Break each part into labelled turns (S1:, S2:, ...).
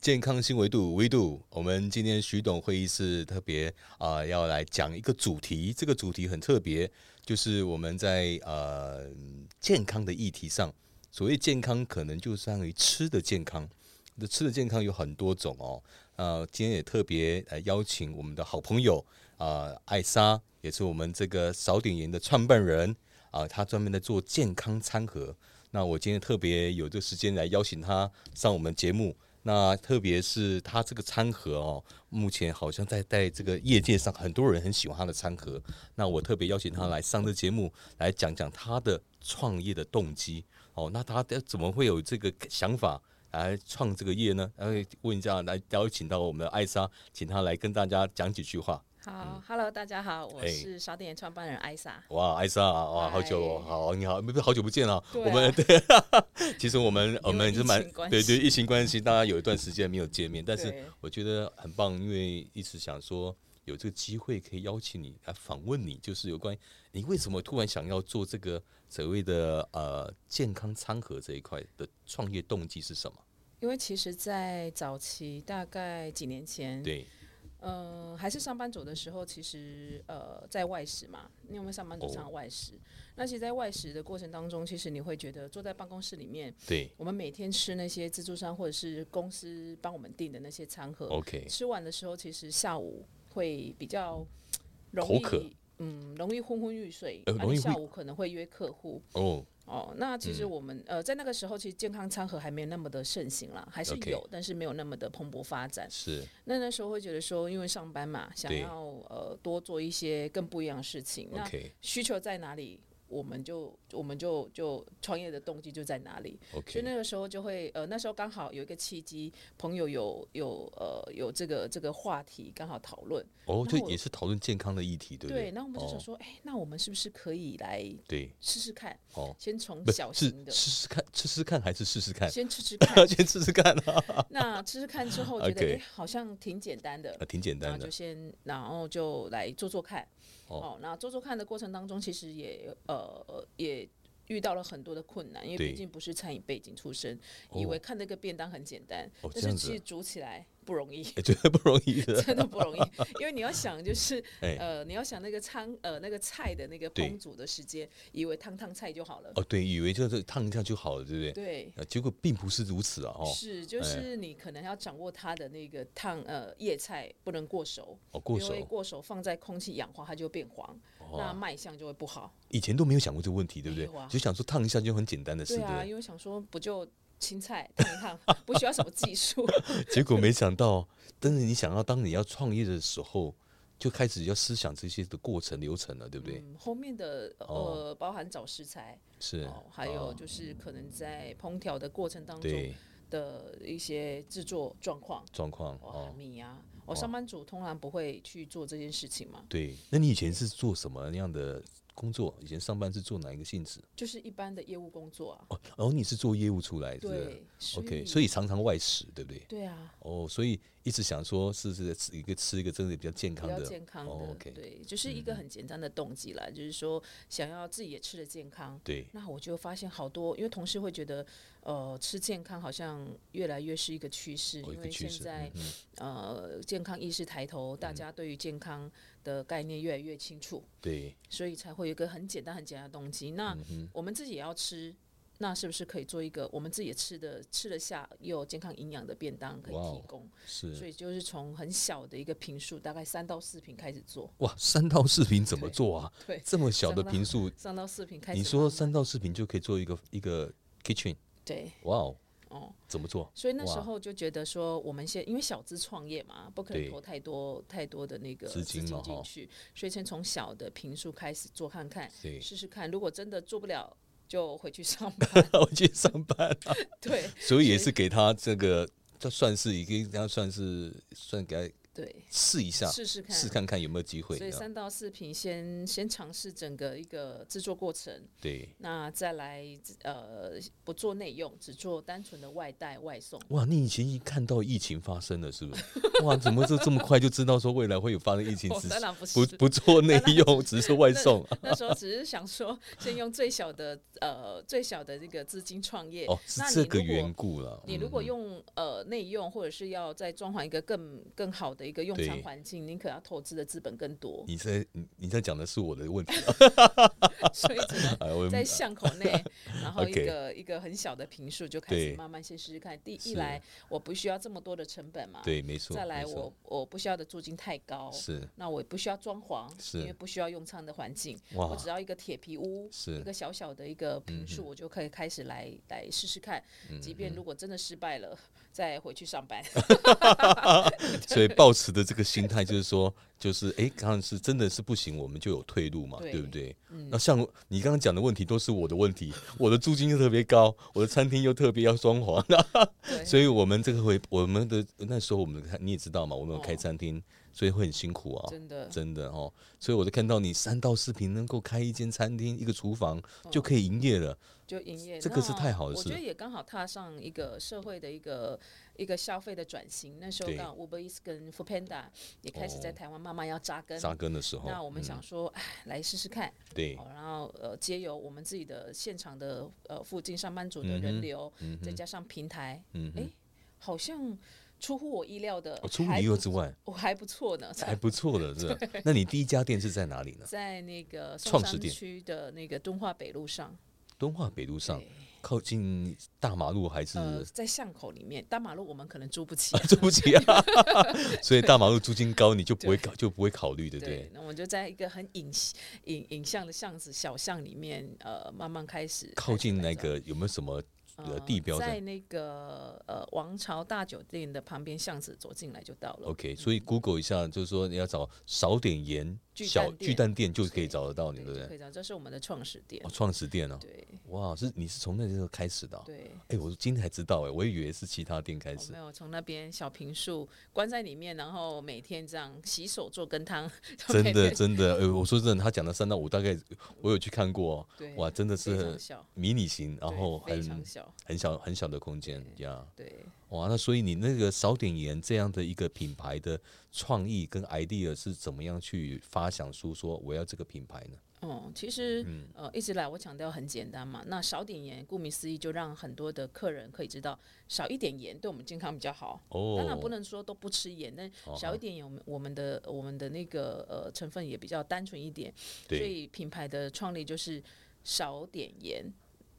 S1: 健康新维度维度，我们今天徐董会议室特别啊、呃要来讲一个主题，这个主题很特别，就是我们在呃健康的议题上，所谓健康可能就相当于吃的健康，那吃的健康有很多种哦。呃，今天也特别来邀请我们的好朋友啊、呃艾莎，也是我们这个少点盐的创办人啊、她专门在做健康餐盒。那我今天特别有这个时间来邀请她上我们节目。那特别是她这个餐盒哦，目前好像在在这个业界上，很多人很喜欢她的餐盒。那我特别邀请她来上这节目，来讲讲她的创业的动机。哦，那她怎么会有这个想法来创这个业呢？然后问一下，来邀请到我们的艾莎，请她来跟大家讲几句话。
S2: 好、h e l l o 大家好，我
S1: 嗯哎
S2: 是少点创办人艾莎。
S1: 哇，艾莎啊，哇，好久哦，
S2: 嗨
S1: 好，你好，不是好久不见了。
S2: 哎对啊
S1: 我们 对，其实我 们我们也是蛮
S2: 疫情关
S1: 对
S2: 系
S1: 对，疫情关系，大家有一段时间没有见面，但是
S2: 对
S1: 我觉得很棒，因为一直想说有这个机会可以邀请你来访问你，就是有关于你为什么突然想要做这个所谓的呃健康餐盒这一块的创业动机是什么？
S2: 因为其实，在早期大概几年前，
S1: 对，
S2: 呃，还是上班族的时候，其实呃，在外食嘛，因为我们上班族
S1: 哦
S2: 常外食。那其实，在外食的过程当中，其实你会觉得坐在办公室里面，
S1: 对
S2: 我们每天吃那些自助餐或者是公司帮我们订的那些餐盒，
S1: ，OK，
S2: 吃完的时候，其实下午会比较容
S1: 口
S2: 易
S1: 渴
S2: 嗯，容易昏昏欲睡，
S1: 呃
S2: 而
S1: 容易
S2: 且下
S1: 会
S2: 午可能会约客户。
S1: 哦，
S2: 哦，那其实我们、呃，在那个时候，其实健康餐盒还没有那么的盛行啦，还是
S1: OK
S2: 有但是没有那么的蓬勃发展。
S1: 是
S2: 那那时候会觉得说，因为上班嘛，想
S1: 对
S2: 要呃多做一些更不一样的事情。那
S1: OK
S2: 需求在哪里，我们就我们就就创业的动机就在哪里。所以
S1: OK，
S2: 那个时候就会呃，那时候刚好有一个契机，朋友有有呃有这个这个话题刚好讨论，
S1: 哦，
S2: 那
S1: 就
S2: 我
S1: 也是讨论健康的议题，对不
S2: 对，
S1: 对？
S2: 那我们就想
S1: 哦
S2: 说，哎、那我们是不是可以来
S1: 对，
S2: 试试看？
S1: 哦，
S2: 先从
S1: 不是
S2: 小
S1: 是
S2: 型的。
S1: 吃吃看，吃吃看还是试试看？，
S2: 先吃吃看
S1: 先吃吃看啊，
S2: 那吃吃看之后，觉得哎
S1: OK
S2: 好像挺简单的
S1: 啊，挺简
S2: 然后
S1: 单的
S2: 就。先，然后就来做做看。
S1: 哦
S2: 哦，那做做看的过程当中，其实也呃也遇到了很多的困难，因为
S1: 对
S2: 毕竟不是餐饮背景出身，
S1: 哦
S2: 以为看那个便当很简单，
S1: 哦这
S2: 但
S1: 样
S2: 是
S1: 子
S2: 其实煮起来不容易。
S1: 哎，觉得不容易的。
S2: 真的不容易，因为你要想就是，
S1: 哎
S2: 呃，你要想那个餐呃那个菜的那个
S1: 对
S2: 烹煮的时间，以为烫烫菜就好了，
S1: 哦，对，以为就是烫一下就好了，对不对？
S2: 对，
S1: 啊，结果并不是如此啊！哦，
S2: 是，就是你可能要掌握它的那个烫呃叶菜不能过熟，
S1: 哦，过
S2: 因为
S1: 手，哦
S2: 过熟放在空气氧化，它就会变黄，那卖相就会不好。
S1: 以前都没有想过这个问题，对不
S2: 没
S1: 对
S2: 有啊？
S1: 就想说烫一下就很简单的事，
S2: 对
S1: 对不
S2: 啊，
S1: 对？
S2: 因为想说不就青菜 烫一烫，不需要什么技术。
S1: 结果没想 到，但是你想要当你要创业的时候，就开始要思想这些的过程流程了， 对不对？
S2: 嗯，后面的呃、
S1: 哦
S2: 包含找食材，
S1: 是
S2: 哦，，还有就是可能在烹调的过程当中
S1: 对
S2: 的一些制作状况，
S1: 状况
S2: 哇，
S1: 哦，
S2: 米啊，我、上班族通常不会去做这件事情嘛，
S1: 对。那你以前是做什么样的工作？以前上班是做哪一个性质？
S2: 就是一般的业务工作啊。
S1: 哦，哦，你是做业务出来的
S2: 对所
S1: ，OK，
S2: 以
S1: 所以常常外食，对不对？
S2: 对啊，
S1: 哦，所以一直想说是是吃一个吃一个真的比较健
S2: 比
S1: 康
S2: 较
S1: 的，
S2: 健康的，
S1: 哦，OK
S2: 对，就是一个很简单的动机啦，就是说想要自己也吃的健康。
S1: 对
S2: 那我就发现好多，因为同事会觉得，呃，吃健康好像越来越是一个趋势，
S1: 哦一
S2: 因
S1: 个
S2: 为
S1: 趋
S2: 现
S1: 势嗯
S2: 在、呃健康意识抬头，大家对于健康的概念越来越清楚，
S1: 对
S2: 所以才会有一个很简单很简单的动机。
S1: 嗯
S2: 那我们自己也要吃。那是不是可以做一个我们自己也吃的吃得下又有健康营养的便当可以
S1: 哇哦
S2: 提供？所
S1: 是
S2: 以就是从很小的一个瓶数，大概三到四瓶开始做，
S1: 哇，三到四瓶怎么
S2: 对
S1: 做啊？
S2: 对
S1: 这么小的
S2: 三到
S1: 瓶数，
S2: 三到四瓶开始慢
S1: 你
S2: 慢。
S1: 说三到四瓶就可以做一个一个 kitchen，
S2: 对，
S1: 哇哦，
S2: 哦，
S1: 怎么做？
S2: 所以那时
S1: 哇
S2: 候就觉得说，我们先因为小资创业嘛，不可
S1: 对
S2: 能投太多太多的那个
S1: 资
S2: 资
S1: 金
S2: 金
S1: 嘛哈
S2: 进去，所以先从小的瓶数开始做看看，
S1: 对，
S2: 试试看。如果真的做不了，就回去上班。
S1: 我去上班，
S2: 对
S1: 所以也是给他这个，这算是已经，他算是算给他
S2: 对，
S1: 试一下，
S2: 试试看。
S1: 试啊看看有没有机会
S2: 所以
S1: 这样
S2: 三到四瓶先先尝试整个一个制作过程，
S1: 对，
S2: 那再来呃不做内用，只做单纯的外带外送。
S1: 哇，你以前一看到疫情发生了，是 不是？哇，怎么就这么快就知道说未来会有发生疫情？
S2: 哦
S1: 只
S2: 当
S1: 是
S2: 然不是
S1: 不不做内用，只是外
S2: 那
S1: 送。
S2: 那时候只是想说，先用最小的呃最小的这个资金创业。
S1: 哦，是
S2: 那你
S1: 这个
S2: 如果
S1: 缘故嗯了。
S2: 你如果用呃内用，或者是要再装潢一个更更好的一个用餐
S1: 对
S2: 环境，你可要投资的资本更 多，
S1: 你在你你在讲的是我的问题啊！
S2: 所以只能
S1: 哎我
S2: 在巷口 内，然后一
S1: OK
S2: 个一个很小的平数就开始
S1: 对
S2: 慢慢先试试看。第
S1: 是
S2: 一来，我不需要这么多的成本嘛，
S1: 对，没错。
S2: 再来
S1: 没错
S2: 我我不需要的租金太高，
S1: 是
S2: 那我也不需要装潢，
S1: 是
S2: 因为不需要用餐的环境，
S1: 哇
S2: 我只要一个铁皮屋，
S1: 哦是嗯
S2: 一个小小的一个平数，我就可以开始来来试试看。即便如果真的失败了，再回去上 班。
S1: 所以抱持的这个心态就是说，就是哎，诶刚刚是真的是不行，我们就有退路嘛，对
S2: 对嗯
S1: 不对？那像你刚刚讲的问题都是我的问题，我的租金又特别高，我的餐厅又特别要装潢，
S2: 对
S1: 所以我们这个回我们的那时候我们的你也知道嘛，我们有开
S2: 哦
S1: 餐厅，所以会很辛苦啊。
S2: 真的
S1: 真的哦，所以我就看到你三到四平能够开一间餐厅，一个厨房
S2: 哦
S1: 就可以营业了，
S2: 就营业，
S1: 这个是
S2: 那
S1: 太好的
S2: 我
S1: 事
S2: 觉得也刚好踏上一个社会的一个一个消费的转型。那时候
S1: 对
S2: 刚好 Uber Eats 跟 Food Panda 也开始在
S1: 哦
S2: 台湾慢慢要扎根。
S1: 扎根的时候。嗯
S2: 那我们想说，哎、来试试看。
S1: 对
S2: 哦，然后呃，借由我们自己的现场的呃附近上班族的
S1: 嗯
S2: 人流，再加上平台，嗯，哎，好像出乎我意料的，
S1: 哦，除了
S2: 还
S1: 意料
S2: 不
S1: 之外，
S2: 我还不错呢，
S1: 还不错 的，是吧？那你第一家店是在哪里呢？
S2: 在那个松
S1: 创始
S2: 山
S1: 店
S2: 区的那个敦化北路上，
S1: 敦化北路上
S2: 对，
S1: 靠近大马路还是？
S2: 呃，在巷口里面，大马路我们可能租不起
S1: ，对不起 啊，所以大马路租金高，你就不会考就不会考虑，对不
S2: 对
S1: 对，？
S2: 那我就在一个很影影影像的巷子小巷里面，呃，慢慢开始
S1: 靠近那
S2: 开始改造。
S1: 个有没有什么呃
S2: 呃
S1: 地标
S2: 在
S1: 在
S2: 那个呃王朝大酒店的旁边巷子走进来就到了。
S1: ？OK，所以 Google 一下，就是说你要找少点盐
S2: 巨
S1: 小
S2: 蛋店
S1: 巨蛋店就可以找得到你，对不
S2: 就
S1: 对
S2: 可？以这样，这是我们的创始店
S1: 哦，。创始店哦，
S2: 对
S1: 哇，是你是从那时候开始的哦？
S2: 对，
S1: 哎，我今天才知道哎，我以为是其他店开
S2: 我
S1: 始
S2: 没。有从那边小平数关在里面，然后每天这样洗手做羹汤，
S1: 真的真的，呃，我说真的，他讲的三到五，大概我有去看过哦，
S2: 对
S1: 哇，真的
S2: 非
S1: 是
S2: 常小，
S1: 迷你型，然
S2: 对
S1: 后
S2: 非常
S1: 很
S2: 小，
S1: 很小很小的空间呀。
S2: 对
S1: 哇，那所以你那个少点盐这样的一个品牌的创意跟 idea 是怎么样去发想出说我要这个品牌呢？
S2: 哦，其实、
S1: 嗯
S2: 呃，一直来我强调很简单嘛。那少点盐，顾名思义，就让很多的客人可以知道少一点盐对我们健康比较好。
S1: 哦，
S2: 当然不能说都不吃盐，但少一点盐，我们我们的我们的那个呃成分也比较单纯一点。所
S1: 对，
S2: 以品牌的创立就是少点盐，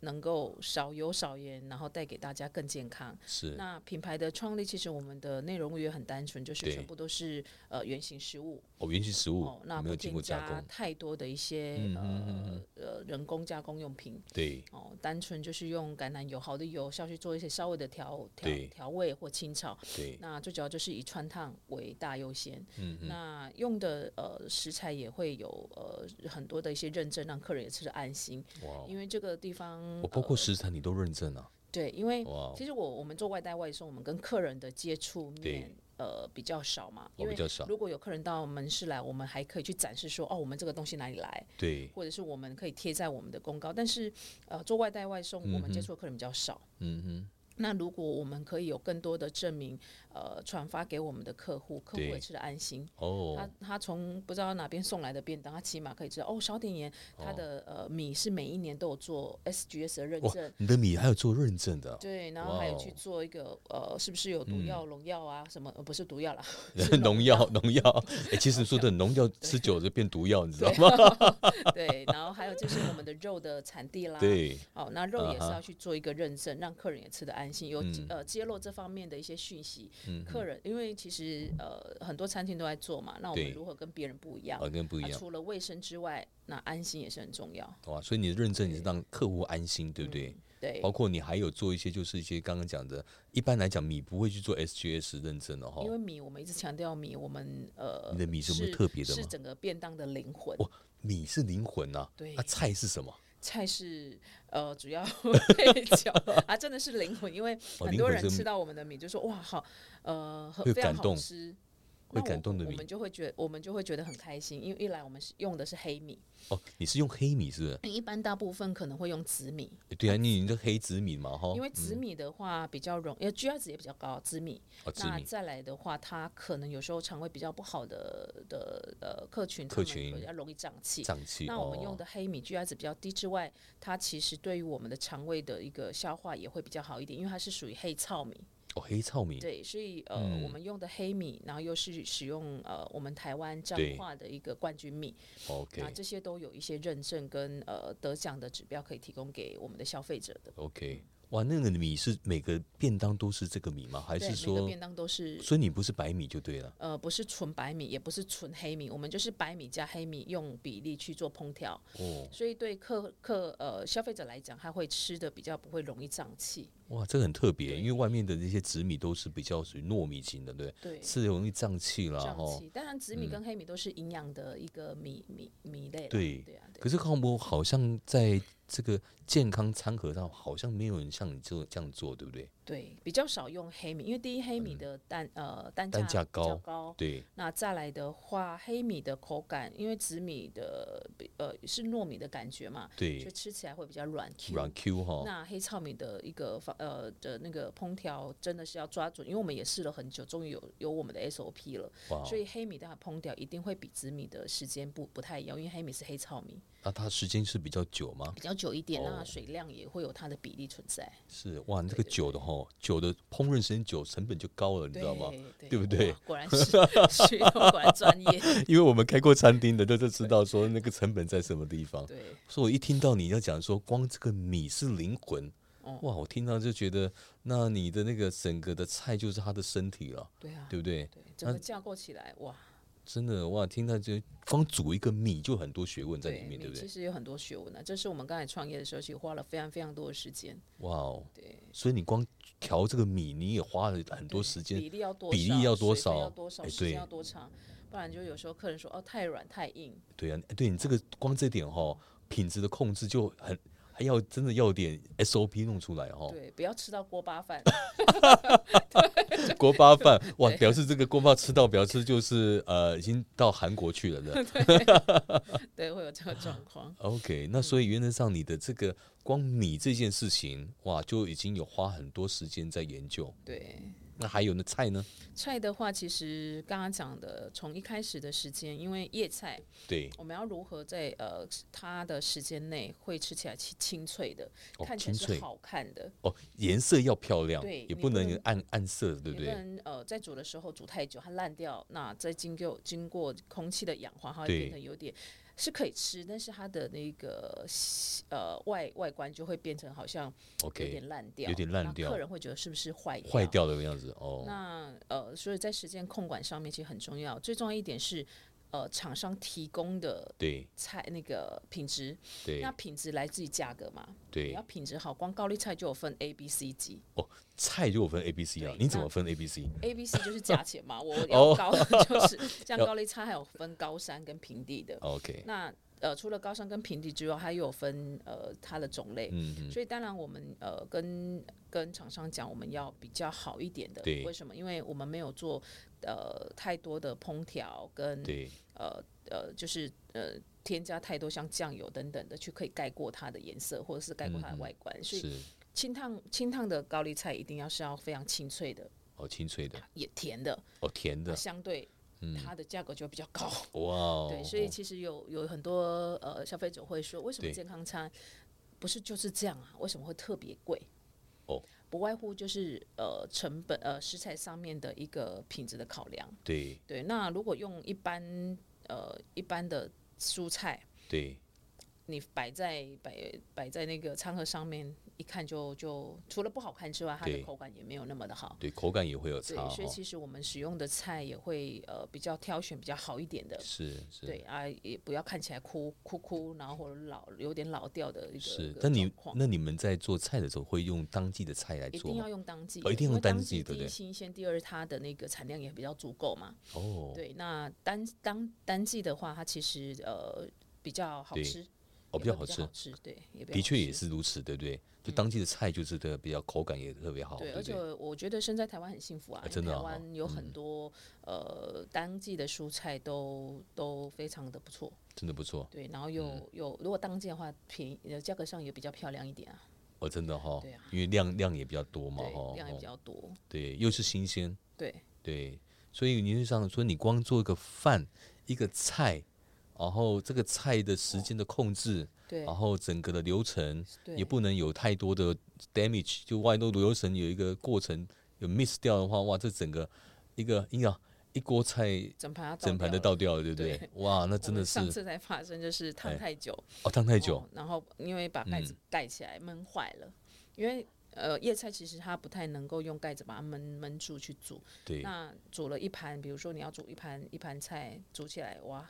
S2: 能够少油少盐，然后带给大家更健康。
S1: 是
S2: 那品牌的创立，其实我们的内容物也很单纯，就是
S1: 对
S2: 全部都是呃原型食物
S1: 哦，原型食物
S2: 哦，那
S1: 没
S2: 不
S1: 有经
S2: 添
S1: 过加
S2: 加
S1: 工，嗯
S2: 太多的一些呃呃人工加工用品
S1: 对
S2: 哦，单纯就是用橄榄油好的油下去做一些稍微的调调
S1: 对
S2: 调味或清炒，
S1: 对，
S2: 那最主要就是以川烫为大优先，嗯，那用的呃食材也会有呃很多的一些认证，让客人也吃得安心。
S1: 哇，哦
S2: 因为这个地方呃
S1: 我，包括食材你都认证了，
S2: 对，因为
S1: 哇，哦
S2: 其实我我们做外带外送，我们跟客人的接触面
S1: 对
S2: 呃比较少嘛，
S1: 我
S2: 因
S1: 比
S2: 为
S1: 较少，
S2: 如果有客人到门市来，我们还可以去展示说哦，我们这个东西哪里来，
S1: 对，
S2: 或者是我们可以贴在我们的公告。但是呃，做外带外送，我们接触的客人比较少。
S1: 嗯哼。
S2: 那如果我们可以有更多的证明，呃，传发给我们的客户，客户
S1: 对
S2: 也吃得安心。
S1: 哦
S2: 他，他从不知道哪边送来的便当，他起码可以知道哦，少点盐，他的、呃米是每一年都有做 SGS 的认
S1: 哇
S2: 证，，
S1: 你的米还有做认证的哦，
S2: 对，然后还有去
S1: 哇哦嗯
S2: 做一个呃是不是有毒药、农药啊什么，呃不是毒药啦，
S1: 农药农药， 哎，其实说真的，农药吃久了就变毒药，你知道吗？
S2: 对，然后还有就是我们的肉的产地啦，，
S1: 对，
S2: 哦，那肉也是
S1: 啊哈
S2: 要去做一个认证，让客人也吃得安心，有、
S1: 嗯
S2: 呃揭露这方面的一些讯息，客人因为其实呃很多餐厅都在做嘛，那我
S1: 对
S2: 们如何跟别人不一样？
S1: 哦，跟不一
S2: 啊
S1: 样。
S2: 除了卫生之外，那安心也是很重要，
S1: 哇，所以你的认证也是让客户安心，对不对？
S2: 嗯对。
S1: 包括你还有做一些，就是一些刚刚讲的，一般来讲米不会去做 SGS 认证的哈
S2: 因。为米，我们一直强调米，我们呃，
S1: 哦你的米是
S2: 是
S1: 有没有特别的
S2: 是
S1: 吗
S2: 整个便当的灵魂。
S1: 哇，米是灵魂呐、啊，
S2: 对
S1: 啊，菜是什么？
S2: 菜是呃主 要配角啊，真的是灵魂，因为
S1: 哦
S2: 很
S1: 灵
S2: 多
S1: 魂
S2: 人
S1: 是
S2: 吃到我们的米就说哇好，呃，很
S1: 会
S2: 非常
S1: 感动
S2: 好吃。
S1: 会感动的
S2: 那我我
S1: 米
S2: 们就会觉我们就会觉得很开心，因为一来我们是用的是黑米，
S1: 哦。你是用黑米是不是？
S2: 一般大部分可能会用紫米，
S1: 诶对啊，你你这黑紫米嘛哈，嗯
S2: 因为紫米的话比较容，因为 GI 值也比较高，紫米。
S1: 哦紫
S2: 那
S1: 米
S2: 再来的话，它可能有时候肠胃比较不好的的呃客群，
S1: 客
S2: 他们
S1: 群
S2: 比较容易胀气。
S1: 胀气
S2: 那我们用
S1: 哦，
S2: 的黑米 GI 值比较低之外，它其实对于我们的肠胃的一个消化也会比较好一点，因为它是属于黑糙米。
S1: 哦黑糙米，
S2: 对，所以呃，我
S1: 嗯
S2: 们用的黑米，然后又是使用呃我们台湾彰
S1: 对
S2: 化的一个冠军米，那
S1: OK
S2: 这些都有一些认证跟呃得奖的指标可以提供给我们的消费者的。
S1: OK，哇，那个米是每个便当都是这个米吗？还
S2: 对，
S1: 是
S2: 每个
S1: 说，
S2: 便当都是
S1: 所以你不是白米就对了，
S2: 呃，不是纯白米，也不是纯黑米，我们就是白米加黑米用比例去做烹调，
S1: 哦，
S2: 所以对客客呃消费者来讲，他会吃的比较不会容易胀气。
S1: 哇，这个很特别，
S2: 对
S1: 因为外面的那些紫米都是比较属于糯米型的，对不对，
S2: 对，
S1: 是啊嗯容易胀气啦，
S2: 胀
S1: 哈。
S2: 气。当然，紫米跟黑米都是营养的一个米米米类啦。
S1: 对
S2: 对啊，对
S1: 可是康博好像在这个健康餐盒上，好像没有人像你这这样做，对不对？
S2: 对，比较少用黑米，因为第一黑米的单、呃单价
S1: 嗯单价
S2: 比较
S1: 高
S2: 高
S1: 对，
S2: 那再来的话，黑米的口感，因为紫米的呃是糯米的感觉嘛，
S1: 对
S2: 所以吃起来会比较软 Q。
S1: 软哦 Q 哈，
S2: 那黑糙米的一个方呃的那个烹调真的是要抓准，因为我们也试了很久，终于有有我们的 SOP 了，
S1: 哇，哦
S2: 所以黑米它的烹调一定会比紫米的时间不不太一样，因为黑米是黑糙米，
S1: 那它时间是比较久吗？
S2: 比较久一点，
S1: 哦
S2: 那水量也会有它的比例存在，
S1: 是哇，那个久的哈，久的烹饪时间久，成本就高了，你知道吗？？对不对
S2: 哇？果然是 徐总果然专业，
S1: 因为我们开过餐厅的，都都知道说那个成本在什么地方。
S2: 对。
S1: 所以我一听到你要讲说光这个米是灵魂，
S2: 哦
S1: 哇，我听到就觉得，那你的那个整个的菜就是他的身体了，
S2: 对啊，
S1: 对不对？
S2: 对，整个架构起来哇，
S1: 真的哇，听到就光煮一个米就很多学问在里面，对
S2: 你
S1: 不
S2: 其
S1: 对？
S2: 实有很多学问啊，这是我们刚才创业的时候，其实花了非常非常多的时间，
S1: 哇哦，
S2: 对，
S1: 所以你光调这个米，你也花了很多时间
S2: 比例要多少，
S1: 比例要多
S2: 水分
S1: 少
S2: 要多少，
S1: 哎
S2: 时间
S1: 对
S2: 要多长，不然就有时候客人说哦太软太硬，
S1: 对啊，对你这个光这点哈、品质的控制就很还要真的要点 SOP 弄出来哦。
S2: 对，不要吃到锅 巴饭，
S1: 锅巴饭哇，表示这个锅巴吃到表示就是呃已经到韩国去了 的。
S2: 对，会有这个状 况。
S1: OK，那所以原则上你的这个光米这件事情哇，就已经有花很多时间在研究。
S2: 对，
S1: 那还有那菜呢？
S2: 菜的话，其实刚刚讲的，从一开始的时间，因为叶菜，
S1: 对，
S2: 我们要如何在呃它的时间内会吃起来清清脆的，
S1: 哦
S2: 看起来
S1: 清脆
S2: 是好看的，
S1: 哦，颜色要漂亮，
S2: 对
S1: 也
S2: 你
S1: 不
S2: 不
S1: 能
S2: 能
S1: 暗暗色，对
S2: 也
S1: 不
S2: 不
S1: 对？
S2: 能呃在煮的时候煮太久，它烂掉。那再经过经过空气的氧化，它会
S1: 对
S2: 变得有点是可以吃，但是它的那个西呃外外观就会变成好像有
S1: OK，
S2: 点烂掉，
S1: 有点烂
S2: 那
S1: 掉
S2: 客人会觉得是不是坏
S1: 坏掉的样子哦。
S2: 那呃，所以在时间控管上面其实很重要。最重要一点是呃厂商提供的
S1: 对
S2: 菜那个品质，
S1: 对
S2: 那品质来自于价格嘛。你
S1: 对
S2: 要，品质好，光高丽菜就有分 A、B、C 级。
S1: 菜就有分 A、B、C 啊
S2: 对，
S1: 你怎
S2: 那
S1: 么分 A、B、C？
S2: A、B、C 就是价钱嘛，我要
S1: 哦
S2: 高 就是像高丽菜还有分高山跟平地的。
S1: OK，
S2: 那呃，除了高山跟平地之外，还有分呃它的种类。
S1: 嗯嗯，
S2: 所以当然我们呃跟跟厂商讲，我们要比较好一点的。
S1: 对
S2: 为什么？因为我们没有做呃太多的烹调跟
S1: 对，
S2: 呃呃就是呃添加太多像酱油等等的去可以盖过它的颜色或者是盖过它的外观。所以
S1: 嗯是
S2: 清烫清烫的高丽菜一定要是要非常清脆的，
S1: 哦，清脆的，
S2: 也甜的。
S1: 哦，甜
S2: 那
S1: 的，
S2: 相对它的价格就会比较高。
S1: 哇嗯哦，
S2: 对，所以其实有有很多呃消费者会说，为什么
S1: 对
S2: 健康餐不是就是这样啊？为什么会特别贵？
S1: 哦，
S2: 不外乎就是呃成本呃食材上面的一个品质的考量。
S1: 对
S2: 对，那如果用一般呃一般的蔬菜，
S1: 对，
S2: 你摆在摆摆在那个餐盒上面，一看就就除了不好看之外，它的
S1: 对
S2: 口感也没有那么的好。
S1: 对，口感也会有
S2: 对
S1: 差，
S2: 所以
S1: 哦，
S2: 其实我们使用的菜也会呃比较挑选比较好一点的，
S1: 是是
S2: 对啊，也不要看起来枯枯枯，然后或者老有点老掉的一个一
S1: 是
S2: 个。
S1: 那你
S2: 状况
S1: 那你们在做菜的时候会用当季的菜来
S2: 一
S1: 做
S2: 定要
S1: 吗？
S2: 用当季的，
S1: 哦一定
S2: 因
S1: 要
S2: 为
S1: 用当
S2: 季
S1: 季对不
S2: 第一
S1: 对
S2: 新鲜，第二它的那个产量也比较足够嘛。
S1: 哦，
S2: 对，那单当单季的话，它其实呃比较好
S1: 对
S2: 吃，
S1: 哦，比较好
S2: 吃，
S1: 吃
S2: 好，吃对，也比较
S1: 的
S2: 好
S1: 确也
S2: 吃嗯
S1: 是如此，对不对？就当地的菜就是的比较口感也特别好，
S2: 对，
S1: 对
S2: 而
S1: 不
S2: 且
S1: 对？
S2: 我觉得身在台湾很幸福啊，因为
S1: 真的
S2: 台
S1: 啊
S2: 湾有很多、呃当季的蔬菜都都非常的不错，
S1: 真的不错，
S2: 对，然后又、
S1: 嗯
S2: 有如果当季的话，便宜呃价格上也比较漂亮一点啊，
S1: 哦，真的哈
S2: 对啊，
S1: 因为量量也比较多嘛，
S2: 对，
S1: 哈，
S2: 量也比
S1: 哦
S2: 较多，
S1: 对，又是新鲜，
S2: 对，
S1: 对，所以你就想说，你光做一个饭，一个菜，然后这个菜的时间的控制，
S2: 对
S1: 然后整个的流程
S2: 对，
S1: 也不能有太多的 damage，就万一都流程有一个过程有 miss 掉的话，哇，这整个一个一个一锅菜
S2: 整盘要
S1: 整盘都
S2: 掉了。
S1: 倒掉了，对不对？哇，那
S2: 我
S1: 真
S2: 们
S1: 的是
S2: 上次才发生，就是烫
S1: 哎
S2: 太久，
S1: 哦，烫太
S2: 太
S1: 久，嗯
S2: 然后因为把盖子盖起来，闷坏了，因为。呃，叶菜其实它不太能够用盖子把它焖焖住去煮，
S1: 对，
S2: 那煮了一盘，比如说你要煮一盘一盘菜，煮起来哇，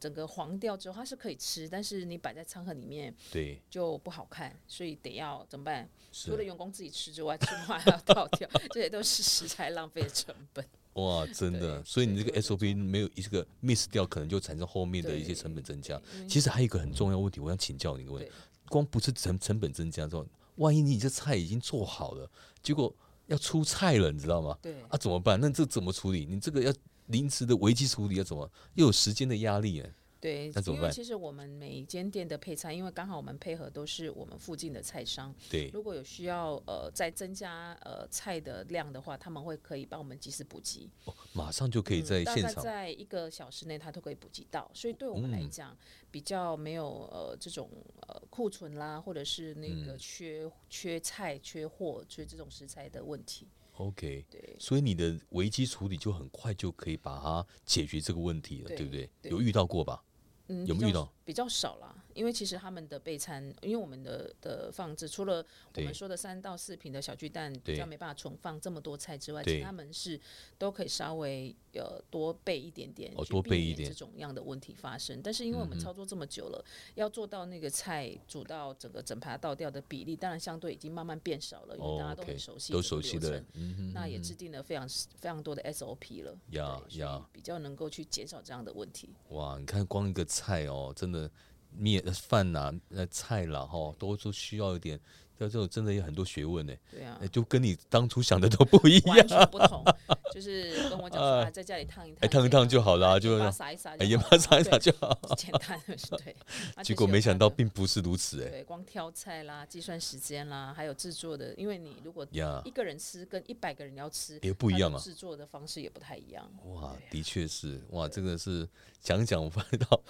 S2: 整个黄掉之后它是可以吃，但是你摆在餐盒里面
S1: 对，
S2: 就不好看，所以得要怎么办？除了
S1: 是
S2: 员工自己吃之外，吃不完还要倒 掉，这些都是食材浪费的成本。
S1: 哇，真的，
S2: 对
S1: 所以你
S2: 所
S1: 这个
S2: 以就
S1: SOP 没有一个 miss 掉，可能就产生后面的一些
S2: 对
S1: 成本增加。
S2: 因为
S1: 其实还有一个很重要的问题，我想请教你一个问题：光不是成成本增加之后，万一你这菜已经做好了，结果要出菜了，你知道吗？
S2: 对对
S1: 啊，怎么办？那这怎么处理？你这个要临时的危机处理要怎么？又有时间的压力哎。
S2: 对
S1: 那怎，么
S2: 因为
S1: 办
S2: 其实我们每一间店的配菜，因为刚好我们配合都是我们附近的菜商，
S1: 对，
S2: 如果有需要呃再增加呃菜的量的话，他们会可以帮我们及时补给。
S1: 哦马上就可以在
S2: 嗯大
S1: 现
S2: 概
S1: 场。嗯
S2: 在一个小时内，它都可以补给到，所以对我们来讲，比较没有呃这种呃库存啦，或者是那
S1: 嗯
S2: 个缺、缺菜、缺货、缺这种食材的问题。
S1: OK，
S2: 对
S1: 所以你的危机处理就很快就可以把它解决这个问题了，
S2: 对
S1: 对不对？
S2: 对
S1: 有遇到过吧？
S2: 嗯，
S1: 有
S2: 比
S1: 没有遇
S2: 较
S1: 到
S2: 比较少啦？因为其实他们的备餐，因为我们的的放置，除了我
S1: 对
S2: 们说的三到四瓶的小巨蛋
S1: 对
S2: 比较没办法存放这么多菜之外，
S1: 对
S2: 其他们是都可以稍微呃多备一点点，
S1: 哦
S2: 去
S1: 多
S2: 避
S1: 备一
S2: 免
S1: 点嗯
S2: 这种样的问题发生。但是因为我们操作这么久了，要做到那个菜煮到整个整盘倒掉的比例，当然相对已经慢慢变少了，因为大家都
S1: 哦 OK，
S2: 很熟悉
S1: 都
S2: 这个
S1: 熟悉
S2: 流
S1: 的嗯
S2: 程，那也制定了非常非常多的 SOP 了，
S1: 呀
S2: 对所以
S1: 呀
S2: 比较能够去减少这样的问题。
S1: 哇，你看光一个菜哦，真的面呃饭呐、呃菜啦哈，都都需要一点，要这种真的有很多学问呢、
S2: 对啊
S1: 呃，就跟你当初想的都不一样
S2: 完。全不同， 就是跟我讲说啊，在家里烫一
S1: 哎，
S2: 烫，
S1: 烫一烫就好啦，就
S2: 盐巴
S1: 哎
S2: 撒一撒，
S1: 盐巴撒一撒，就好。
S2: 对简单的是 对。啊
S1: 结
S2: 这
S1: 果
S2: 些
S1: 没
S2: 有
S1: 想
S2: 它
S1: 到
S2: 的
S1: 并不是如此哎、
S2: 对，光挑菜啦、计算时间啦，还有制作的，因为你如果
S1: 呀
S2: 一个人吃跟一百个人要吃
S1: 也不一
S2: 它
S1: 样
S2: 的
S1: 啊
S2: 制作的方式也不太一样。
S1: 哇，的确是哇，这个是讲讲我发现到，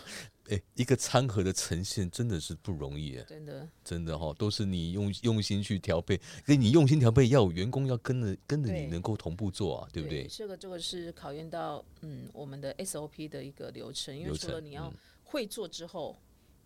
S1: 哎，一个餐盒的呈现真的是不容易哎、
S2: 真的，
S1: 真的哈、都是你用用心去调配，所以你用心调配，要有员工要跟着跟着你
S2: 对
S1: 能够同步做啊，对不对？
S2: 这个这个是考验到嗯我们的 SOP 的一个流程，因
S1: 流
S2: 为除了
S1: 程嗯
S2: 你要会做之后，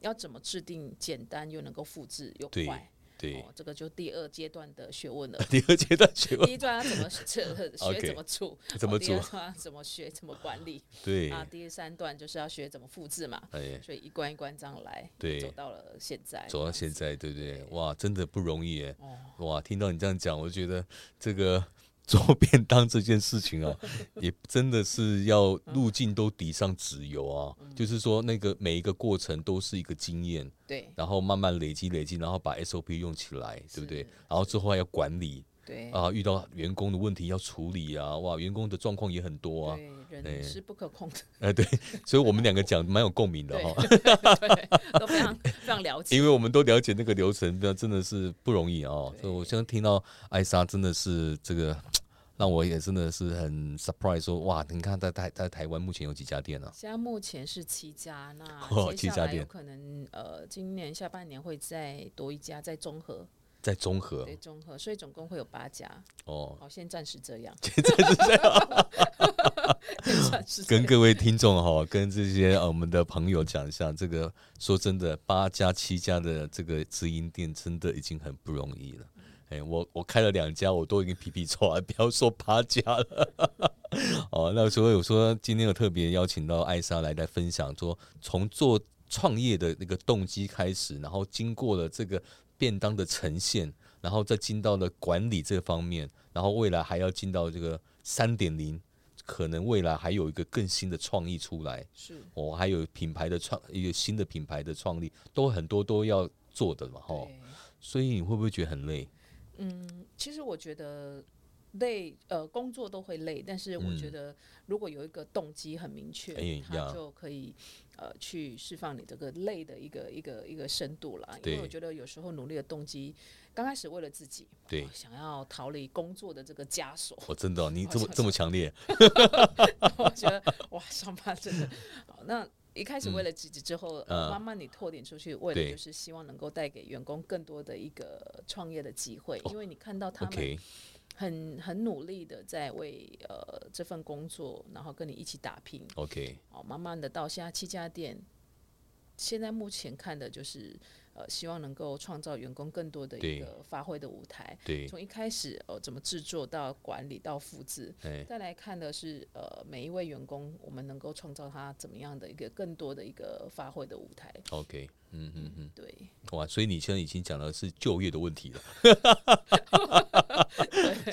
S2: 要怎么制定简单又能够复制又
S1: 对
S2: 快，
S1: 对，
S2: 哦，这个就第二阶段的学问了。
S1: 第二阶段学问
S2: 第一段要怎 么学
S1: OK
S2: 学怎么煮，
S1: 怎么
S2: 第二
S1: 煮
S2: 段要怎么学怎么管理
S1: 对，
S2: 啊？第三段就是要学怎么复制嘛，
S1: 哎，
S2: 所以一关一关这样来，
S1: 对
S2: 走到了现在，
S1: 哎走到
S2: 这样
S1: 现
S2: 子
S1: 在，对不对？哇，真的不容易哎！
S2: 哦，
S1: 哇，听到你这样讲，我觉得这个做便当这件事情 啊，也真的是要路径都抵上直油啊，
S2: 嗯
S1: 就是说那个每一个过程都是一个经验，
S2: 对
S1: 然后慢慢累积累积，然后把 SOP 用起来，对不对？然后之后还要管理
S2: 对
S1: 啊，遇到员工的问题要处理啊，哇，员工的状况也很多啊，
S2: 对，
S1: 哎
S2: 人是不可控的，
S1: 哎，对，所以我们两个讲蛮有共鸣的
S2: 对
S1: 哈。
S2: 对，都非常非常了解，
S1: 因为我们都了解那个流程，那真的是不容易哦。所以我现在听到艾莎真的是这个，让我也真的是很 surprise，说哇，你看在台在台湾目前有几家店啊？
S2: 现在目前是七家，
S1: 哦
S2: 那
S1: 七
S2: 接
S1: 家
S2: 下来有
S1: 店
S2: 可能呃，今年下半年会再多一家，再综合，
S1: 在中和
S2: 对综合，所以总共会有八家。
S1: 哦。
S2: 好，先暂时这样， 先暂时这
S1: 跟
S2: 样，
S1: 各位听众哈、跟这些呃我们的朋友讲一下，这个说真的，八家七家的这个直营店真的已经很不容易了。哎，我我开了两家，我都已经皮皮臭了，不 要说八家了。哦，那所以我说今天有特别邀请到艾莎来来分享，说从做创业的那个动机开始，然后经过了这个便当的呈现，然后再进到了管理这方面，然后未来还要进到这个三点零可能未来还有一个更新的创意出来，
S2: 是
S1: 哦，还有品牌的创，一个新的品牌的创立，都很多都要做的嘛，哦，
S2: 对
S1: 所以你会不会觉得很累？
S2: 嗯，其实我觉得累，呃，工作都会累，但是我觉
S1: 嗯
S2: 得如果有一个动机很明确，
S1: 哎呀
S2: 它就可以呃去释放你这个累的一个一个一个深度啦。因
S1: 对
S2: 为我觉得有时候努力的动机，刚开始为了自己，
S1: 对
S2: 哦想要逃离工作的这个枷锁，
S1: 我、真的哦、你这么
S2: 好像是
S1: 这么强烈，
S2: 我觉得哇，上班真的好那。一开始为了自己之后，
S1: 嗯
S2: 呃慢慢你拓点出去，为
S1: 对
S2: 了就是希望能够带给员工更多的一个创业的机会，因为你看到他们
S1: 哦 OK，
S2: 很很努力的在为呃这份工作，然后跟你一起打拼
S1: OK，
S2: 哦，慢慢的到现在七家店，现在目前看的就是呃希望能够创造员工更多的
S1: 对
S2: 一个发挥的舞台，
S1: 对，
S2: 从一开始哦、呃怎么制作到管理到复制，
S1: 哎，
S2: 再来看的是呃每一位员工我们能够创造他怎么样的一个更多的一个发挥的舞台，
S1: OK，嗯嗯嗯，
S2: 对，
S1: 哇，所以你现在已经讲的是就业的问题了，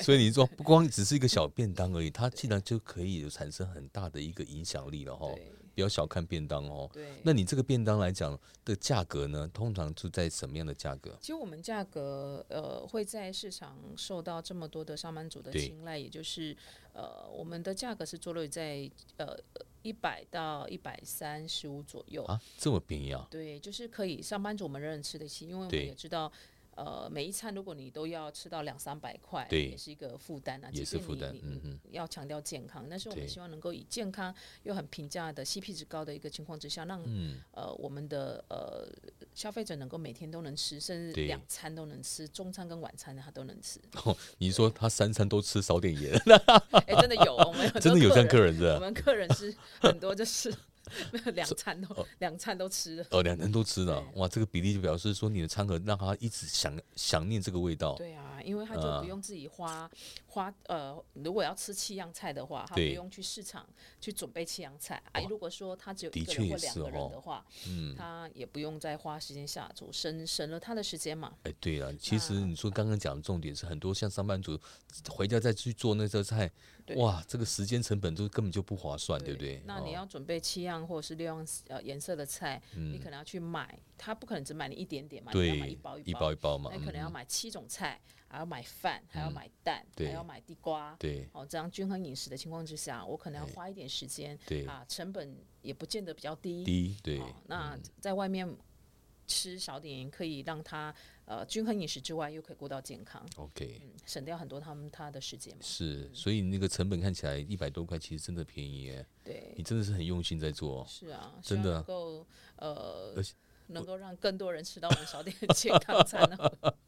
S1: 所以你说不光只是一个小便当而已，它竟然就可以有产生很大的一个影响力了哦。
S2: 对
S1: 不要小看便当哦。
S2: 对。
S1: 那你这个便当来讲的价格呢，通常是在什么样的价格？
S2: 其实我们价格呃会在市场受到这么多的上班族的
S1: 对
S2: 青睐，也就是呃我们的价格是坐落于在呃一百到一百三十五左右。
S1: 啊，这么便宜啊？
S2: 对，就是可以上班族我们仍然吃得起，因为我们
S1: 对
S2: 也知道。呃，每一餐如果你都要吃到两三百块，
S1: 对
S2: 也是一个负担啊。
S1: 也
S2: 即
S1: 是
S2: 便
S1: 负担
S2: 你
S1: 嗯
S2: 你你要强调健康，但是我们
S1: 对
S2: 希望能够以健康又很平价的 CP 值高的一个情况之下，让、
S1: 嗯
S2: 呃我们的呃消费者能够每天都能吃，甚至
S1: 对
S2: 两餐都能吃，中餐跟晚餐他都 能吃。
S1: 哦，你说他三餐都吃少点 盐，
S2: 哎、真的有，我们有很
S1: 真的
S2: 多
S1: 有这样客
S2: 人，
S1: 人的？
S2: 我们客人是很多就是 两餐都两餐都吃的。
S1: 哦，两餐都吃呢，
S2: 对
S1: 哇，这个比例就表示说你的餐盒让他一直想想念这个味道。
S2: 对啊，因为他就
S1: 啊
S2: 不用自己花、花呃，如果要吃七样菜的话，他不
S1: 对
S2: 用去市场去准备七样菜。哎、如果说他只有
S1: 的
S2: 一个
S1: 确
S2: 人
S1: 也
S2: 或
S1: 是
S2: 两个
S1: 哦
S2: 人的话，嗯，他也不用再花时间下厨，省省了他的时间嘛。
S1: 哎，对了，其实你说刚刚讲的重点是很多像上班族回家再去做那道菜，
S2: 对
S1: 哇，这个时间成本就根本就不划算，对不对？
S2: 那你
S1: 哦嗯
S2: 要准备七样或者是六样呃颜色的菜，你可能要去买，他不可能只买你一点点嘛，你要买
S1: 对
S2: 一包
S1: 一
S2: 包
S1: 包，一包嘛
S2: 那，你可能要
S1: 嗯
S2: 买七种菜，还要买饭，还要买蛋，
S1: 对
S2: 还要买地瓜，
S1: 对
S2: 哦，这样均衡饮食的情况之下，我可能要花一点时间，
S1: 对
S2: 啊，成本也不见得比较低。
S1: 低对嗯
S2: 哦，那在外面吃少点，可以让他呃均衡饮食之外，又可以顾到健康，
S1: ，OK。
S2: 嗯，省掉很多他们他的时间嘛。
S1: 是，所以你那个成本看起来一百多块，其实真的便宜耶。
S2: 对，
S1: 你真的是很用心在做哦。
S2: 是啊，希
S1: 真
S2: 望
S1: 的
S2: 能够呃
S1: 而且。
S2: 能够让更多人吃到我们少点健康餐 哦。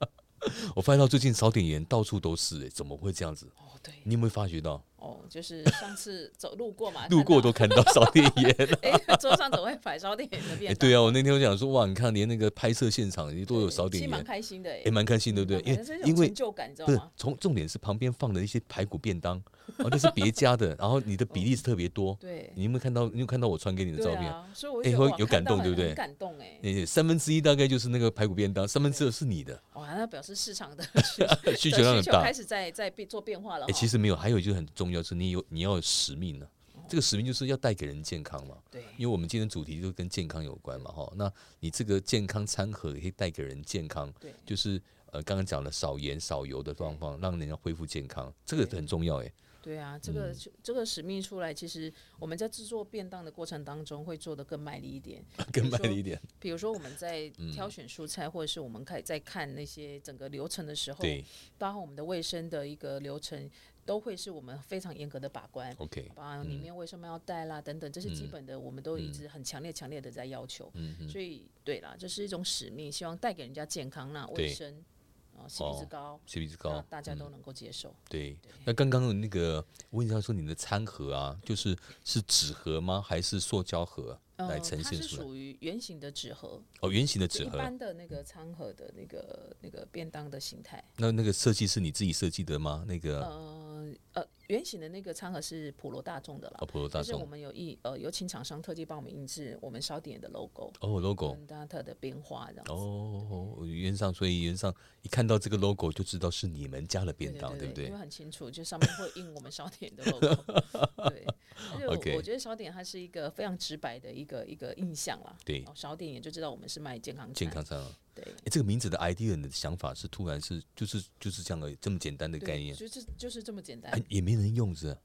S1: 我发现到最近烧点盐到处都是，哎，怎么会这样子？
S2: 哦，对，
S1: 你有没有发觉到？
S2: 哦， 就是上次走路过嘛，
S1: 路
S2: 看
S1: 过
S2: 到
S1: 都看到烧点盐。
S2: 哎，桌上怎么会摆烧点的
S1: 哎，
S2: 便当？
S1: 对啊，我那天我想说，哇，你看连那个拍摄现场也都有
S2: 对
S1: 烧
S2: 其
S1: 点
S2: 实蛮
S1: 盐，
S2: 开心的哎
S1: 也，蛮开心，对不对？因
S2: 反正是
S1: 为
S2: 一种
S1: 因为
S2: 成就哦感，你知道
S1: 不是
S2: 吗？
S1: 从重点是旁边放的一些排骨便当，哦，那是别家的，然后你的比例是特别多。
S2: 对，
S1: 你有没有看到？你有看到我传给你的
S2: 嗯对
S1: 照片？
S2: 啊，所以我
S1: 哎
S2: 就觉得
S1: 会
S2: 哇
S1: 有感
S2: 看到
S1: 动对
S2: 很
S1: 不
S2: 很
S1: 对
S2: 感动哎，
S1: 那三分之一大概就是那个排骨便当，三分之二是你的，
S2: 哇，那表示市 场的需
S1: 需
S2: 的
S1: 求量很
S2: 需求
S1: 大
S2: 开。始在在变做变化了
S1: 哎、
S2: 哈。
S1: 其实没有，还有就是很重要，是你有你要有使命呢、啊这个使命就是要带给人健康嘛，
S2: 对
S1: 因为我们今天主题就跟健康有关嘛，哈。那你这个健康餐盒也可以带给人健康，
S2: 对
S1: 就是呃刚刚讲的少盐少油的状况，让人家恢复健康，这个很重要哎、
S2: 对啊，这个就这个使命出来，其实我们在制作便当的过程当中会做的更卖力一点。
S1: 更
S2: 如
S1: 卖
S2: 说
S1: 力一点，
S2: 比如说我们在
S1: 嗯
S2: 挑选蔬菜，或者是我们看在看那些整个流程的时候，
S1: 对
S2: 包括我们的卫生的一个流程，都会是我们非常严格的把关。
S1: ，OK，
S2: 包啊含里面为什么要带啦，等等，这些
S1: 嗯
S2: 基本的，我们都一直很强烈、强烈的在要求。所以，对啦，这是一种使命，希望带给人家健康啦、
S1: 对
S2: 卫生，啊，CP 值高，
S1: c p 值
S2: 那
S1: 高，嗯
S2: 大家都能够接受。
S1: 对。那刚刚的那个问一下，说你的餐盒啊，就是是纸盒吗？还是塑胶盒来
S2: 呃
S1: 呈
S2: 它
S1: 现
S2: 是
S1: 出来？
S2: 属于圆形的纸盒，
S1: 哦，圆形的
S2: 就
S1: 纸
S2: 一
S1: 盒。
S2: 般的那个餐盒的那个那个便当的形态。
S1: 那那个设计是你自己设计的吗？那个
S2: 呃呃，圆形的那个餐盒是普罗大众的啦
S1: 啊，，嗯普罗大
S2: 但是我
S1: 众
S2: 们有印呃有请厂商特地帮我们印制我们烧点的 logo，
S1: 哦，logo
S2: 跟大特的编花这样子。
S1: 哦，原上所以原上一看到这个 logo 就知道是你们家的
S2: 对
S1: 便当，
S2: 对
S1: 不
S2: 因
S1: 对
S2: 为？很清楚，就上面会印我们烧点的 logo。对，而且我
S1: OK
S2: 我觉得烧点它是一个非常直白的一个一个印象啦。
S1: 对
S2: 哦，烧点也就知道我们是卖健康餐
S1: 健康餐啊，
S2: 对。
S1: 诶这个名字的 idea 你的想法是突然是就是就是这样的这么简单的概念，
S2: 就是就是这么简单
S1: 哎，，也没人用是吧？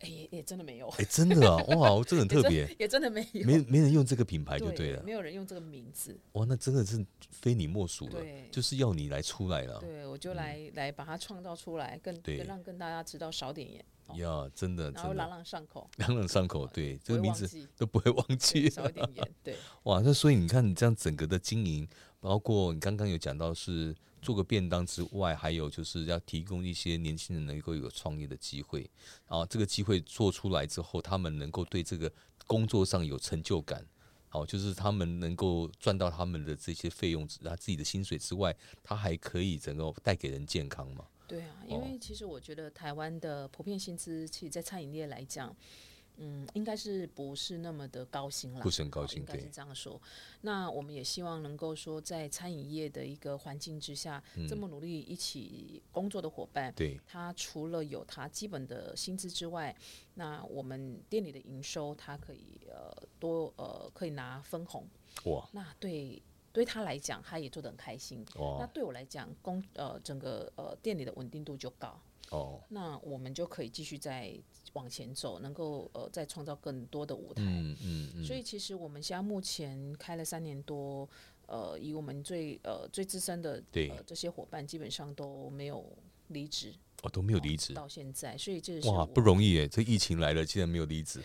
S2: 哎、也也真的没有，
S1: 哎，真的 啊，哇，这个很特别，
S2: 也真的没有，
S1: 没没人用这个品牌就对
S2: 对，
S1: 了，
S2: 没有人用这个名字，
S1: 哇，那真的是非你莫属了，
S2: 对，
S1: 就是要你来出来了，
S2: 对我就来、来把它创造出来，更
S1: 哦嗯对
S2: 更让跟大家知道少点盐，
S1: 呀，真的
S2: 然后
S1: 真
S2: 朗
S1: 的
S2: 朗上口，
S1: 朗朗上口，对，这个
S2: 不会
S1: 名
S2: 忘
S1: 字
S2: 记
S1: 都不会忘记
S2: 对，少一点盐，对，
S1: 哇，那所以你看，你这样整个的经营，包括你刚刚有讲到是做个便当之外，还有就是要提供一些年轻人能够有创业的机会，啊，这个机会做出来之后，他们能够对这个工作上有成就感。好，就是他们能够赚到他们的这些费用，他自己的薪水之外，他还可以整个带给人健康嘛？
S2: 对啊，因
S1: 哦
S2: 为其实我觉得台湾的普遍薪资，其实，在餐饮业来讲，嗯，应该是不是那么的高薪啦，
S1: 不是很高
S2: 哦
S1: 兴，
S2: 应该是
S1: 对，
S2: 这样说。那我们也希望能够说，在餐饮业的一个环境之下，这
S1: 嗯
S2: 么努力一起工作的伙伴，
S1: 对，
S2: 他除了有他基本的薪资之外，那我们店里的营收，他可以呃多呃可以拿分红。
S1: 哇
S2: 那对对他来讲，他也做得很开心。那
S1: 哇
S2: 对我来讲，工呃整个呃店里的稳定度就高，
S1: 哦，
S2: 那我们就可以继续再往前走，能够呃再创造更多的舞台。
S1: 嗯嗯嗯，
S2: 所以其实我们现在目前开了三年多，呃，以我们最呃最资深的
S1: 对
S2: 呃、这些伙伴，基本上都没有离职
S1: 我、哦都没有离职，
S2: 到现在，所以这是
S1: 哇，
S2: 我
S1: 不容易诶，这疫情来了，竟然没有离职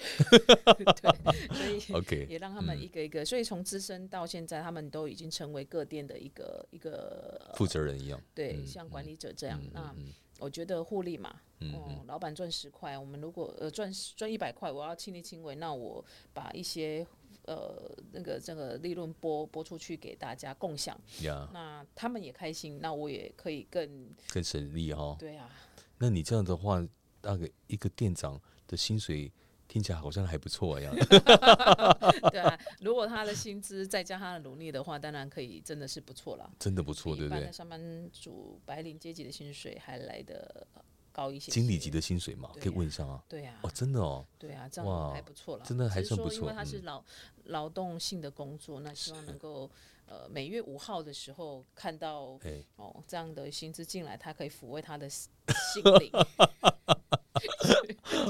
S2: 对，所 以
S1: ，OK， 嗯
S2: 也让他们一个一个，所以从资深到现在，他们都已经成为各店的一个一个
S1: 负责人一样。
S2: 对、像
S1: 嗯
S2: 管理者这样。那我觉得互利嘛，
S1: 嗯
S2: 哦，老板赚十块，我们如果呃赚赚一百块，我要亲力亲为，那我把一些。呃，那个这个利润拨拨出去给大家共享，
S1: 呀，
S2: 那他们也开心，那我也可以更
S1: 更省力哈、
S2: 对啊，
S1: 那你这样的话，那个一个店长的薪水听起来好像还不错一样。
S2: 对啊。如果他的薪资再加他的努力的话，当然可以，真的是不错啦。
S1: 真的不错，
S2: 比
S1: 对
S2: 一
S1: 不
S2: 般
S1: 对
S2: 的？上班族白领阶级的薪水还来的高一些些。
S1: 经理级的薪水嘛，
S2: 对
S1: 可以问一下啊。
S2: 对啊
S1: 哦，，真的哦，
S2: 对啊，这样
S1: 哇
S2: 还不错啦。
S1: 真的还
S2: 只是
S1: 算不
S2: 说因为
S1: 错嗯
S2: 它是劳劳动性的工作，那希望能够呃每月五号的时候看到
S1: 哎，
S2: 哦这样的薪资进来，他可以抚慰他 的心灵。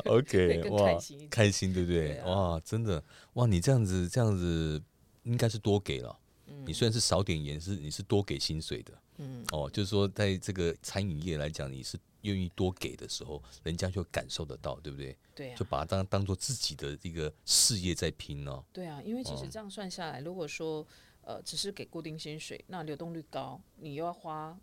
S1: OK，
S2: 对更
S1: 哇
S2: 开心一，点
S1: 开心对不对？
S2: 对啊
S1: 哇，真的哇，你这样子这样子应该是多给了。
S2: 嗯
S1: 你虽然是少点盐，是你是多给薪水的。嗯，哦，就是说在这个餐饮业来讲，你是愿意多给的时候，人家就感受得到，对不对？
S2: 对啊
S1: 就，把它当当做自己的一个事业在拼哦。
S2: 对啊，因为其实这样算下来，如果说呃只是给固定薪水，那流动率高，你又要花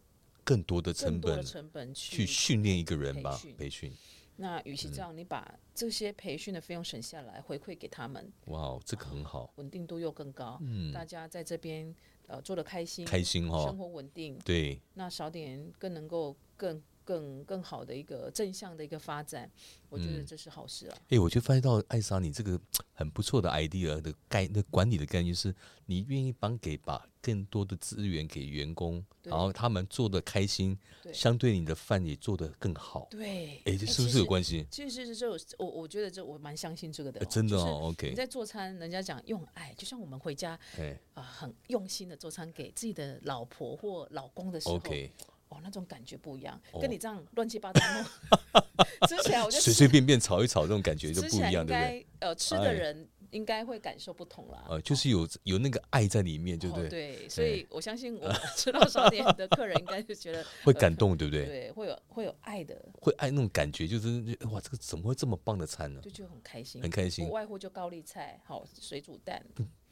S1: 更多的成
S2: 更多
S1: 本
S2: 的成本
S1: 去嗯
S2: 去
S1: 训练一个人吧
S2: 培，训
S1: 培训。
S2: 那与其这样，你把这些培训的费用省下来，回馈给他们，
S1: 哇哦，这个很好，
S2: 稳定度又更高。嗯，大家在这边呃做的开心，
S1: 开心哦
S2: 生。活稳定，
S1: 对，
S2: 那少点更能够更更更好的一个正向的一个发展，我觉得
S1: 嗯
S2: 这是好事了。啊
S1: 诶，我就发现到艾莎，你这个很不错的 idea 的概，那管理的概念是，你愿意帮给把更多的资源给员工，
S2: 对
S1: 然后他们做的开心，
S2: 对
S1: 相对你的饭也做得更好。
S2: 对，
S1: 诶，
S2: 哎
S1: 这是不是有？关系？
S2: 其实其实这我我我觉得这我蛮相信这个的、
S1: 呃真的
S2: 就是
S1: 哦
S2: 你
S1: ，OK，
S2: 在做餐，人家讲用爱，就像我们回家啊、
S1: 哎
S2: 呃很用心的做餐给自己的老婆或老公的时候，
S1: ，OK，哦
S2: 哦，那种感觉不一样，跟你这样乱七八糟弄，吃起来我 就
S1: 随随便便炒一炒，这种感觉就
S2: 吃
S1: 不
S2: 起来
S1: 一样，
S2: 应
S1: 对不对？
S2: 该呃吃
S1: 哎
S2: 的人应该会感受不同啦。
S1: 呃，就是有有那个爱在里面，对不
S2: 哦
S1: 对？哎
S2: 对，所以我相信 我们吃到少点的客人应该就觉得
S1: 会感动，对不对？
S2: 呃对会有会有爱的，
S1: 会爱那种感觉，就是哇，这个怎么会这么棒的餐呢？
S2: 就就很开心，
S1: 很开心
S2: 无外乎就高丽菜，好水煮 蛋，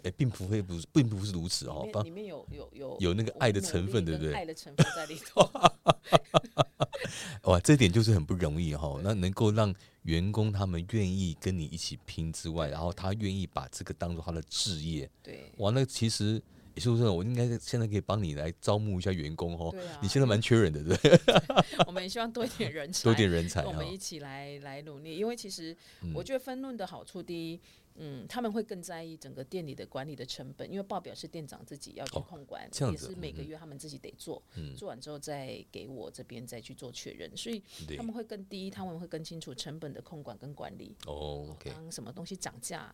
S1: 哎，并不会不是，并不是如此
S2: 里
S1: 哦。
S2: 面
S1: 帮
S2: 里面有有有
S1: 有那个
S2: 我
S1: 爱
S2: 们
S1: 的
S2: 努
S1: 成
S2: 力
S1: 分对不
S2: 跟
S1: 对
S2: 爱的成分在里 头，
S1: 哇，这点就是很不容易哈、哦。那能够让员工他们愿意跟你一起拼之外，然后他愿意把这个当做他的职业，
S2: 对
S1: 哇，那其实苏生，我应该现在可以帮你来招募一下员工哦。
S2: 对啊
S1: 你现在蛮缺人的，对不对，
S2: 我们也希望多一点人才，
S1: 多一点人才
S2: 我
S1: 哈
S2: 们。一起来来努力。因为其实
S1: 嗯
S2: 我觉得分论的好处，第一，嗯，他们会更在意整个店里的管理的成本，因为报表是店长自己要去
S1: 哦
S2: 控管，
S1: 这样
S2: 也
S1: 子嗯
S2: 是每个月他们自己得做，做完之后再给我这边再去做确认，所以
S1: 对
S2: 他，们会更第一，他们会更清楚成本的控管跟管理。
S1: 哦，OK，
S2: 当什么东西涨价，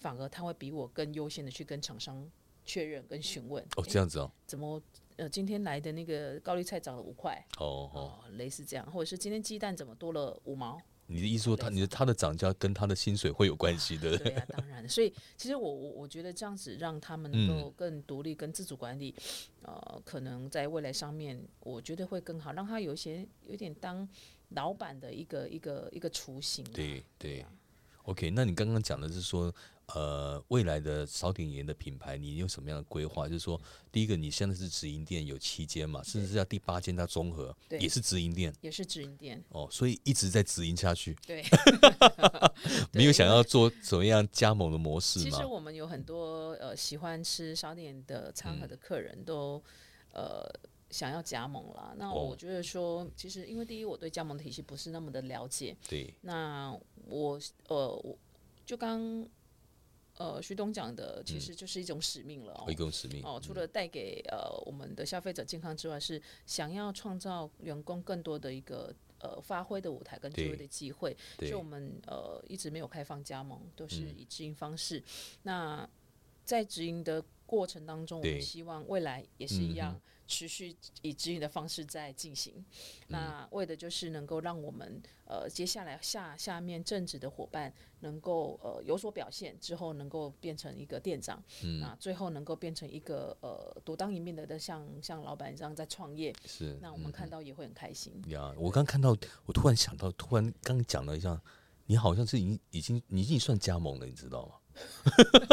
S2: 反而他会比我更优先的去跟厂商确认跟询问，
S1: 哦，这样子哦，
S2: 怎么呃今天来的那个高丽菜涨了五块。
S1: 哦哦，
S2: 哦，类似这样，或者是今天鸡蛋怎么多了五毛？
S1: 你的意思说他，你的他的涨价跟他的薪水会有关系的，
S2: 对啊，当然。所以其实我我我觉得这样子让他们能够
S1: 嗯
S2: 更独立、跟自主管理，呃，可能在未来上面，我觉得会更好，让他有一些有点当老板的一个一个一个雏形啊。
S1: 对对，OK，那你刚刚讲的是说，呃，未来的烧点盐的品牌，你有什么样的规划？就是说，第一个，你现在是直营店有七间嘛，甚至要第八间它综合
S2: 对
S1: 也是直营店
S2: 也是直营店，
S1: 哦，所以一直在直营下去，
S2: 对。
S1: 没有
S2: 对
S1: 想要做怎么样加盟的模式
S2: 其
S1: 吗
S2: 实？我们有很多呃喜欢吃烧点的餐
S1: 嗯
S2: 盒的客人都、呃想要加盟啦。那
S1: 哦
S2: 我觉得说，其实因为第一我对加盟体系不是那么的了解，
S1: 对，
S2: 那我呃我就刚呃徐东讲的，其实就是一种使命了哦。
S1: 回共使命
S2: 哦，除了带给呃我们的消费者健康之外，是想要创造员工更多的一个呃发挥的舞台跟机会
S1: 对
S2: 的机会，所
S1: 对嗯
S2: 以我们呃一直没有开放加盟，都是以直营方式。那在直营的过程当中，我
S1: 对嗯
S2: 们希望未来也是一样，持续以直营的方式在进行。那为的就是能够让我们呃接下来下下面正职的伙伴能够呃有所表现，之后能够变成一个店长，嗯、那最后能够变成一个呃独当一面的的像像老板这样在创业，
S1: 是
S2: 那我们看到也会很开心。
S1: 呀，我刚看到，我突然想到，突然刚讲了一下，你好像是已经已经你已经算加盟了，你知道吗？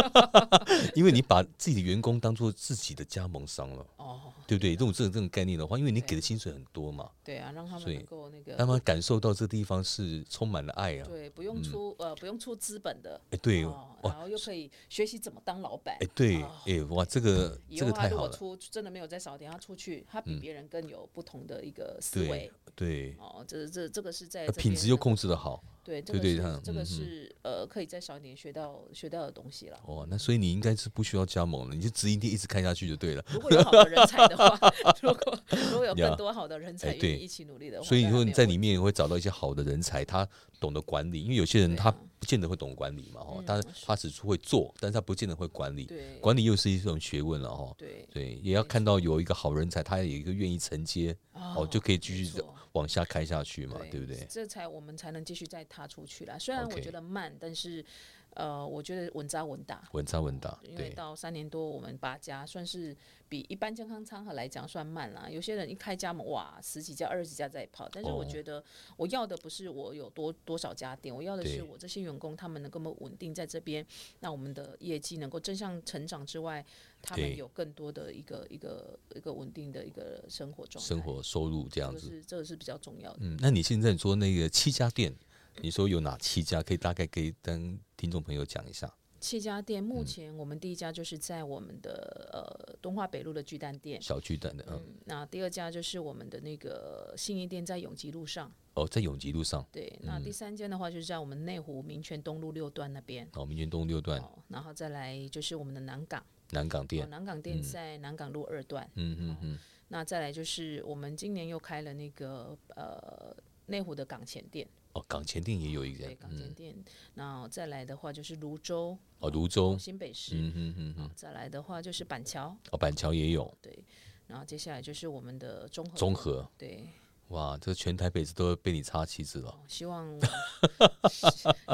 S1: 因为你把自己的员工当做自己的加盟商了，
S2: 哦，
S1: 对不对？这种这种这种概念的话，因为你给的薪水很多嘛，
S2: 对啊，让他
S1: 所
S2: 们
S1: 以
S2: 能够那
S1: 让他
S2: 个。
S1: 们感受到这地方是充满了爱啊。
S2: 对，不用出、呃，不用出资本的，
S1: 哎，对，
S2: 哦，
S1: 哇，
S2: 然后又可以学习怎么当老板
S1: 哎，。对，哎，哇，这个
S2: 以
S1: 这
S2: 后
S1: 个
S2: 他
S1: 太
S2: 啊如
S1: 好
S2: 果
S1: 了，嗯
S2: 出真的没有在少点，他出去，他比别人更有不同的一个思维
S1: 对。对，
S2: 哦，这这这个是在
S1: 呃
S2: 这
S1: 品
S2: 边
S1: 质又
S2: 能
S1: 控制的好，
S2: 对，这
S1: 对
S2: 个
S1: 对
S2: 是
S1: 它
S2: 这个
S1: 嗯
S2: 是呃，可以在少年学到学到的东西了。
S1: 哦，那所以你应该是不需要加盟了，你就直营店一直开下去就对了。
S2: 如果有好的人才 的话，如果如果有
S1: 呀
S2: 更多好的人才
S1: 哎
S2: 愿
S1: 对
S2: 意一起努力的话，
S1: 所以
S2: 当
S1: 你
S2: 然
S1: 说
S2: 没
S1: 你
S2: 有
S1: 在
S2: 问
S1: 里面也会找到一些好的人才，他懂得管理，因为有些人
S2: 对
S1: 他
S2: 啊嗯
S1: 不见得会懂管理嘛，哦，他他只是会做，但是他不见得会管理，
S2: 对
S1: 管理又是一种学问了哈。
S2: 对
S1: 对，也要看到有一个好人才，他有一个愿意承接，哦，就可以继
S2: 没
S1: 续
S2: 错
S1: 往下开下去嘛，对不对？
S2: 这才我们才能继续再踏出去啦。虽然我
S1: OK
S2: 觉得慢，但是呃，我觉得稳扎稳打。
S1: 稳扎稳打，
S2: 因为
S1: 对，
S2: 到三年多，我们八家算是比一般健康餐盒来讲算慢啦。有些人一开家门，哇，十几家、二十几家在跑。但是我
S1: 哦
S2: 觉得我要的不是我有多多少家店，我要的是
S1: 对
S2: 我这些员工他们能够稳定在这边，那我们的业绩能够正向成长之外，他
S1: 对
S2: 们有更多的一个一个一个稳定的一个生活状态。
S1: 生活收入这样
S2: 这个
S1: 子。
S2: 是这个是比较重要的。
S1: 嗯，那你现在说那个七家店，你说有哪七家？可以大概给跟听众朋友讲一下。
S2: 七家店，
S1: 嗯
S2: 目前我们第一家就是在我们的呃东华北路的巨蛋店。
S1: 小巨蛋的，嗯，
S2: 嗯，那第二家就是我们的那个信义店，在永吉路上。
S1: 哦，在永吉路上，
S2: 对，那
S1: 嗯
S2: 第三间的话就是在我们内湖民权东路六段那边。
S1: 哦，民权东六段
S2: 哦，然后再来就是我们的南港，
S1: 南港
S2: 哦
S1: 店，
S2: 南港店在南港路二段。
S1: 嗯嗯嗯。
S2: 那再来就是我们今年又开了那个呃内湖的港前店，
S1: 哦，港前店也有一
S2: 对，
S1: 间，嗯
S2: 港前店。那再来的话就是泸州、
S1: 哦，泸州，
S2: 新北市。
S1: 嗯哼哼哼，
S2: 好再来的话就是板桥，
S1: 哦，板桥也有，
S2: 对，然后接下来就是我们的综合
S1: 中和，
S2: 对，
S1: 哇，这全台北市都被你插旗子了
S2: 哦希望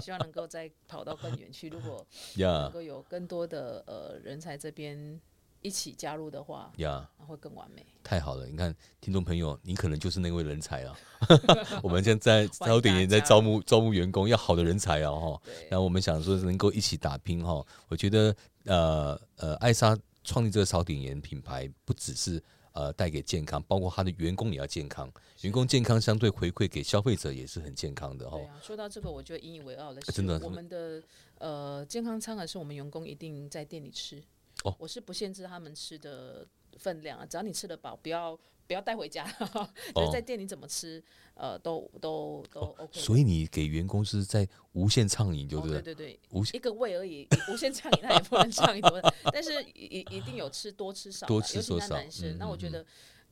S2: 希望能够再跑到更远去。如果能
S1: 呀
S2: 够有更多的呃人才这边一起加入的话，
S1: 呀，
S2: 那会更完美。
S1: 太好了！你看，听众朋友，你可能就是那位人才 啊。 我们现在在
S2: 欢迎
S1: 招点也在
S2: 大家
S1: 招募招募员工，要好的人才啊哈。
S2: 对
S1: 那我们想说能够一起打拼哈，我觉得呃呃，艾莎创立这个烧鼎盐品牌，不只是呃带给健康，包括他的员工也要健康，员工健康相对回馈给消费者也是很健康的哈
S2: 对。啊，说到这个，我觉得引以为傲的是，
S1: 哦真的
S2: 啊我们的呃健康餐盒是我们员工一定在店里吃，
S1: 哦
S2: 我是不限制他们吃的分量啊，只要你吃得饱，不要不要带回家，
S1: 哦
S2: 就是在店里怎么吃，呃，都都都 OK 的。
S1: 所以你给员工是在无限畅饮，就
S2: 哦，
S1: 是
S2: 对对对，
S1: 无限
S2: 一个胃而已，无限畅饮那也 不能畅饮多，但是一一定有吃多吃少啦，
S1: 多吃
S2: 尤其
S1: 多
S2: 是
S1: 少嗯
S2: 男生，那我觉得。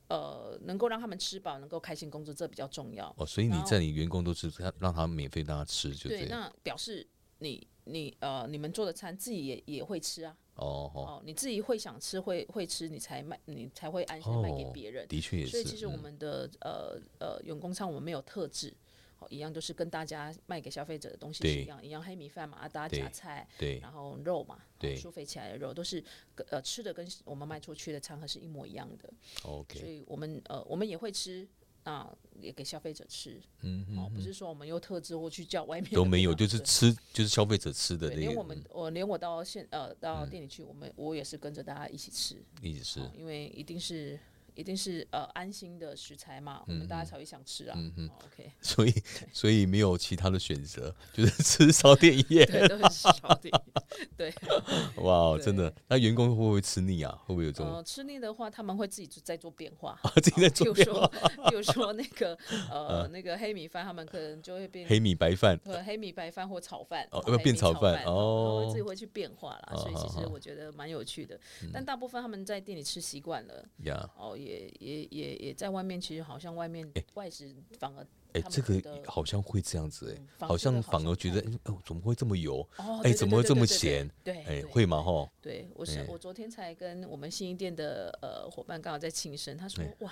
S2: 呃，能够让他们吃饱，能够开心工作，这比较重要。
S1: 哦，所以你
S2: 然后
S1: 在你员工都是他让他免费让他吃，就这样。
S2: 对，那表示你你呃，你们做的餐自己也也会吃啊，
S1: 哦哦
S2: 哦，你自己会想吃，会会吃，你才卖，你才会安心地卖给
S1: 哦
S2: 别人。
S1: 的确也
S2: 所以
S1: 是。嗯
S2: 其实我们的、呃呃员工餐我们没有特制，哦，一样都是跟大家卖给消费者的东西是
S1: 对
S2: 一样，一样黑米饭嘛，啊，大家夹
S1: 对
S2: 菜，
S1: 对
S2: 然后肉嘛，
S1: 对
S2: 哦酥肥起来的肉都是跟呃吃的跟我们卖出去的餐盒是一模一样的，所
S1: ，OK，
S2: 以我们呃我们也会吃。啊，也给消费者吃，嗯哦，不是说我们又特制或去叫外面
S1: 都
S2: 的
S1: 没
S2: 地
S1: 有，
S2: 方
S1: 就是
S2: 吃
S1: 吃，嗯就是消费者吃的
S2: 对，
S1: 那
S2: 连我
S1: 个，
S2: 们我连我到现呃到店里去，我们我也是跟着大家一起吃，
S1: 意思嗯是
S2: 哦因为一定是一定是呃安心的食材嘛，
S1: 嗯
S2: 我们大家才会想吃啊。哦 OK，
S1: 所以 所以没有其他的选择， 就是吃烧电业。
S2: 对，都是小 点。 对，
S1: 哇，真的
S2: 对，
S1: 那员工会不会吃腻啊？会不会有这种
S2: 呃，吃腻的话，他们会自己再做变化。
S1: 啊？ 自己在
S2: 比
S1: 做
S2: 如
S1: 变
S2: 说
S1: 化，，
S2: 比如说那个 呃，那个黑米饭，他们可能就会变
S1: 嗯黑米白饭
S2: 呃黑米白饭或炒饭，
S1: 哦
S2: 黑
S1: 要
S2: 米
S1: 变炒
S2: 炒
S1: 饭
S2: 哦，然后
S1: 哦
S2: 自己会去变化啦，所以其
S1: 好
S2: 实
S1: 好
S2: 我觉得蛮有趣的。
S1: 嗯
S2: 但大部分他们在店里吃习惯了，
S1: 呀。
S2: 哦，也也也也在外面，其实好像外面外食反而
S1: 哎、
S2: 他们
S1: 这个
S2: 觉得
S1: 好像会这样子哎、
S2: 嗯反而
S1: 好
S2: 觉得
S1: 像
S2: 好
S1: 反
S2: 像
S1: 而觉得，哎、哦，怎么会这么油？
S2: 哦，
S1: 哎、
S2: 对
S1: 怎么会这么咸？？
S2: 对对对对对对
S1: 哎、
S2: 对对
S1: 会吗？吼，
S2: 对我是
S1: 哎
S2: 我昨天才跟我们新一店的呃伙伴刚好在庆生，他说哇，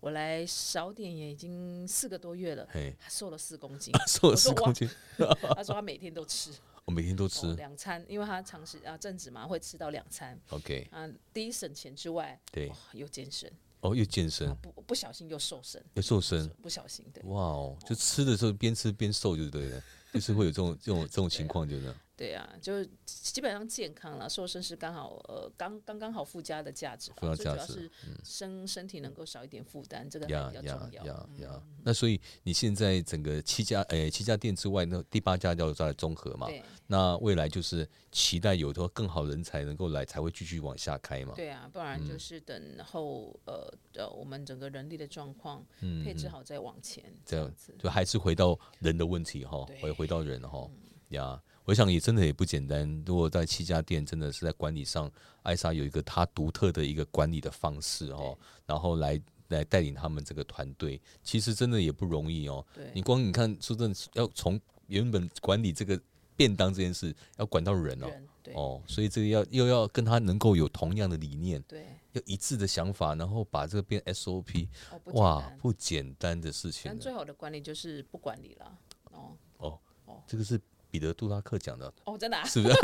S2: 我来少点也已经四个多月了
S1: 哎，，
S2: 他瘦了四公斤
S1: 瘦了
S2: 我
S1: 四
S2: 说
S1: 公
S2: 哇
S1: 斤，
S2: 他说他每天都吃
S1: 我每天都
S2: 哦
S1: 吃。
S2: 两餐，因为他长时啊正职嘛会吃到两餐
S1: OK，
S2: 啊，第一省钱之外，
S1: 对
S2: 哇，又健身，
S1: 哦，又健身，
S2: 不不小心又瘦身，
S1: 又瘦身，
S2: 不小心对
S1: 哇哦，就吃的时候边吃边瘦就对了， 就是会有这种这种这种情况，就是
S2: 对啊，就是基本上健康了，瘦身是刚好呃刚刚刚好附加的价值啦，
S1: 附加
S2: 最主
S1: 价
S2: 要
S1: 值嗯
S2: 是身、身体能够少一点负担，这个嗯
S1: 呀
S2: 还比较
S1: 呀
S2: 重要。
S1: 呀呀。那所以你现在整个七家诶、七家店之外，那第八家叫在综合嘛？
S2: 对
S1: 那未来就是期待有多更好人才能够来，才会继续往下开嘛？
S2: 对啊，不然
S1: 嗯
S2: 就是等后、呃呃我们整个人力的状况、配置好再往前
S1: 嗯这
S2: 这
S1: 样
S2: 样子。
S1: 就还是回到人的问题哈，
S2: 对嗯
S1: 回回到人哈呀。我想也真的也不简单。如果在七家店真的是在管理上，艾莎有一个她独特的一个管理的方式哦，然后来来带领他们这个团队，其实真的也不容易哦。
S2: 对
S1: 你光你看，说真的，要从原本管理这个便当这件事，要管到人哦。
S2: 人对、
S1: 哦，所以这个要又要跟他能够有同样的理念，
S2: 对，
S1: 要一致的想法，然后把这个变 SOP，
S2: 哦不简
S1: 哇，
S2: 单。
S1: 不简单的事情啊
S2: 但
S1: 呢。
S2: 最好的管理就是不管理了。哦
S1: 哦
S2: 哦，
S1: 这个是彼得·杜拉克讲 的，
S2: 哦，真的、啊、
S1: 是不是？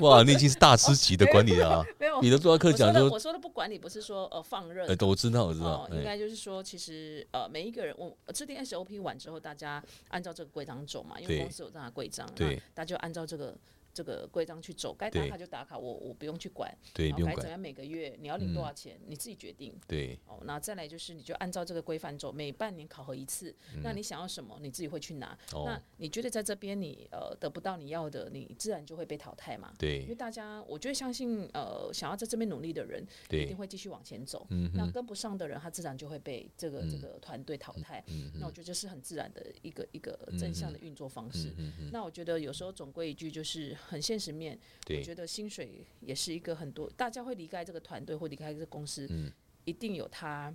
S1: 哇，你已经是大师级的管理了啊！
S2: 哦 没有。
S1: 彼得·杜拉克
S2: 我说
S1: 讲
S2: 的
S1: 说，
S2: 我说的不管理不是说呃放任
S1: 呃，我知道，我知道
S2: 哦，，应
S1: 哎，
S2: 该就是说，其实呃，每一个人，我我制定 SOP 完之后，大家按照这个规章走嘛，因
S1: 对
S2: 为公司有这样的规章，
S1: 对
S2: 那大家就按照这个这个规章去走，该打
S1: 对
S2: 卡就打卡，我我不用去管，
S1: 对，
S2: 好
S1: 不用
S2: 该怎
S1: 管，
S2: 样每个月你要领多少钱，你自己决定。
S1: 对，
S2: 哦，那再来就是，你就按照这个规范走，每半年考核一次。那你想要什么，你自己会去拿。
S1: 嗯哦
S2: 那，你觉得在这边你呃得不到你要的，你自然就会被淘汰嘛。因为
S1: 对，
S2: 大家，我觉得相信呃，想要在这边努力的人，一定
S1: 对，嗯
S2: 会继续往前走。那跟不上的人，他自然就会被这个、这个团队淘汰。
S1: 嗯
S2: 那我觉得这是很自然的一个一个正向的运
S1: 嗯
S2: 作方式。那我觉得有时候总归一句就是很现实面，我
S1: 对，
S2: 觉得薪水也是一个很多大家会离开这个团队或离开这个公司，
S1: 嗯
S2: 一定有他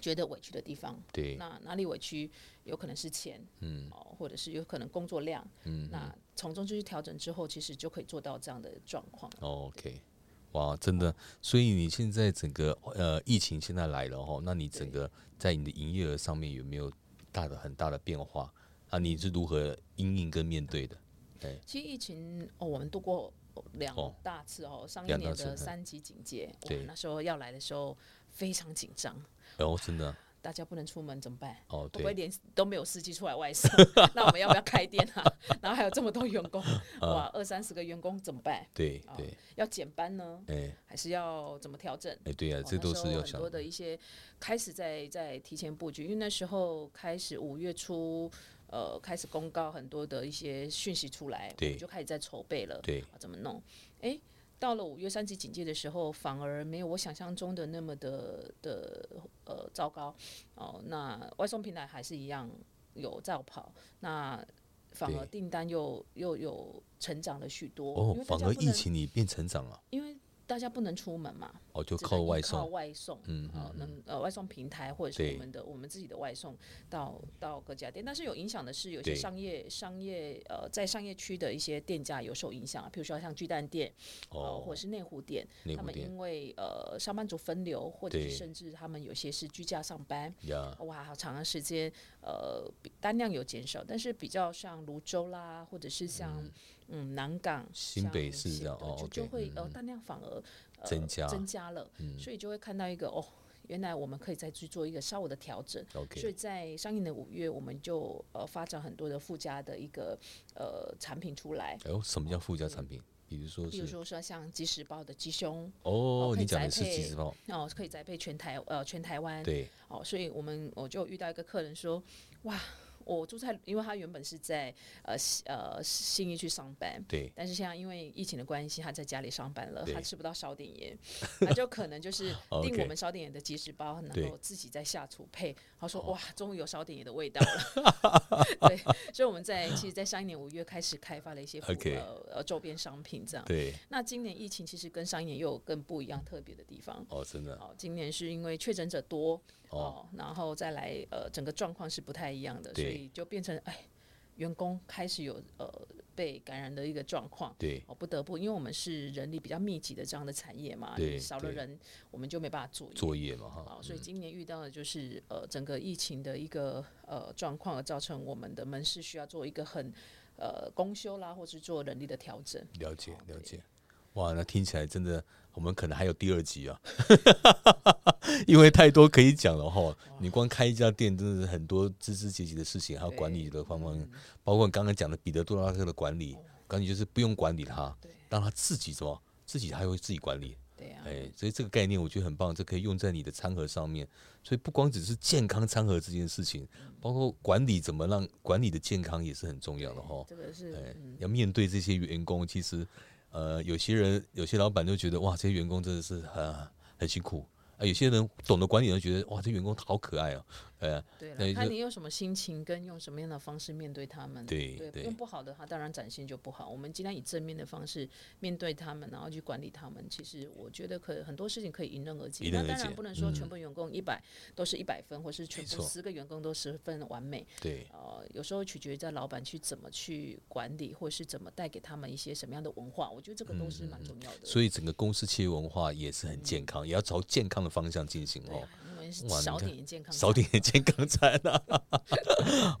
S2: 觉得委屈的地方。
S1: 对，
S2: 那哪里委屈，有可能是钱，嗯，哦，或者是有可能工作量，嗯，那从中就去调整之后，其实就可以做到这样的状况。
S1: 哦，OK。哇，真的，所以你现在整个呃疫情现在来了哦，那你整个在你的营业额上面有没有大的很大的变化？啊，你是如何因应跟面对的？
S2: 其实疫情哦，我们度过两
S1: 哦
S2: 大次哦，上一
S1: 两
S2: 年
S1: 大次
S2: 的
S1: 嗯
S2: 三级警戒，我
S1: 对
S2: 们那时候要来的时候非常紧张，
S1: 哦，真的，
S2: 大家不能出门怎么办？
S1: 哦，
S2: 会不会
S1: 对，
S2: 连都没有司机出来 外送？那我们要不要开店啊？然后还有这么多员工，哇，二三十个员工怎么办？哦
S1: 对，嗯对，
S2: 要减班呢，
S1: 哎，
S2: 还是要怎么调整？
S1: 哎，对啊，
S2: 哦
S1: 这
S2: 那
S1: 都
S2: 时
S1: 是
S2: 候
S1: 要
S2: 很
S1: 想
S2: 多
S1: 的，
S2: 的一些开始在在提前布局，因为那时候开始五月初，呃，开始公告很多的一些讯息出来，我
S1: 对
S2: 们就开始在筹备了，
S1: 对
S2: 啊，怎么弄？哎，到了五月三级警戒的时候，反而没有我想象中的那么的的呃糟糕哦。那外送平台还是一样有在跑，那反而
S1: 对
S2: 订单又又有成长了许多。
S1: 哦
S2: 因为，大
S1: 反
S2: 家
S1: 而
S2: 不
S1: 疫
S2: 能，
S1: 情你变成长了，
S2: 因为大家不能出门嘛，
S1: 哦，就
S2: 只
S1: 靠
S2: 能依
S1: 外
S2: 靠
S1: 送，
S2: 外送，嗯，好、能呃外送平台或者是
S1: 对
S2: 我们的我们自己的外送到到各家店，但是有影响的是有
S1: 对
S2: 些商业商业呃在商业区的一些店家有受影响，比如说像巨蛋店呃或
S1: 哦
S2: 者，是内湖店，
S1: 内
S2: 他
S1: 湖
S2: 们
S1: 店
S2: 因为呃上班族分流，或者是
S1: 对
S2: 甚至他们有些是居家上班，
S1: 呀，
S2: 哇，好长的时间，呃，比单量有减少，但是比较像泸州啦，或者是像嗯南港、
S1: 新北市这
S2: 的，
S1: 样哦
S2: 就
S1: OK，
S2: 就会
S1: 嗯
S2: 呃单量反而呃
S1: 增加嗯
S2: 增加了，所以就会看到一个哦，原来我们可以再去做一个稍微的调整。所以
S1: OK，
S2: 在上映的五月，我们就呃发展很多的附加的一个呃产品出来，
S1: 哎呦，什么叫附加产品？比如说
S2: 嗯比如
S1: 是
S2: 说说像即时包的鸡胸
S1: 哦，
S2: 可
S1: 你
S2: 以
S1: 讲的
S2: 宅
S1: 是即
S2: 配
S1: 时包，
S2: 哦，可以栽培全台呃全台湾，
S1: 对，
S2: 哦，所以我们我就遇到一个客人说，哇，我住在，因为他原本是在呃西呃新义去上班。
S1: 对，
S2: 但是现在因为疫情的关系，他在家里上班了，他
S1: 对哦
S2: 吃不到烧点盐，他就可能 就是订
S1: OK
S2: 我们烧点盐的即食包，然
S1: 对哦
S2: 后自己再下厨配。他说：“哇，终于有烧点盐的味道了。” 对，所以我们在其实，在上一年五月开始开发了一些服
S1: OK
S2: 呃呃周边商品这样。
S1: 对，
S2: 那今年疫情其实跟上一年又有更不一样特别的地方。
S1: 哦，真的，
S2: 哦，今年是因为确诊者多
S1: 哦
S2: 哦，然后再来呃，整个状况是不太一样的，所
S1: 对
S2: 以就变成哎，员工开始有呃被感染的一个状况。
S1: 对，
S2: 哦，不得不，因为我们是人力比较密集的这样的产业嘛，
S1: 对
S2: 你少了
S1: 对嗯
S2: 人，我们就没办法做业。
S1: 作业嘛
S2: 哦
S1: 哈，，
S2: 所以今年遇到的就是呃整个疫情的一个呃状况，而造成我们的门市需要做一个很呃公休啦，或是做人力的调整。
S1: 了解
S2: 哦
S1: 了
S2: 对
S1: 解，哇，那听起来真的，我们可能还有第二集啊， 因为太多可以讲了哈。你光开一家店，真的是很多枝枝节节的事情，还有管理的方面，包括你刚刚讲的彼得·杜拉克的管理，管理就是不用管理他
S2: 哦对，
S1: 让他自己什么，自己还会自己管理。
S2: 对呀、啊，
S1: 哎，所以这个概念我觉得很棒，这可以用在你的餐盒上面。所以不光只是健康餐盒这件事情，
S2: 嗯
S1: 包括管理怎么让管理的健康也是很重要的哈。
S2: 这个是、
S1: 哎
S2: 嗯，
S1: 要面对这些员工，其实呃，有些人有些老板就觉得哇，这些员工真的是很很辛苦。啊，有些人懂得管理的人觉得哇，这员工好可爱哦、呃，
S2: 对
S1: 那
S2: 了，看
S1: 就
S2: 你用什么心情跟用什么样的方式面对他们。
S1: 对对
S2: 用不好的，他当然展现就不好。我们尽量以正面的方式面对他们，然后去管理他们。其实我觉得可很多事情可以迎刃而解。
S1: 迎刃而
S2: 那当
S1: 解
S2: 然不能说全
S1: 嗯
S2: 部员工一百、都是一百分，或是全
S1: 没
S2: 部
S1: 错
S2: 十个员工都十分完美。
S1: 对，
S2: 呃，有时候取决于在老板去怎么去管理，或是怎么带给他们一些什么样的文化。我觉得这个都是蛮重要的。
S1: 嗯所以整个公司企业文化也是很健康，也要朝健康的方向进行
S2: 对
S1: 哦
S2: 啊。，因为是
S1: 哇你
S2: 少
S1: 看
S2: 点健康餐，
S1: 少点健康餐啊！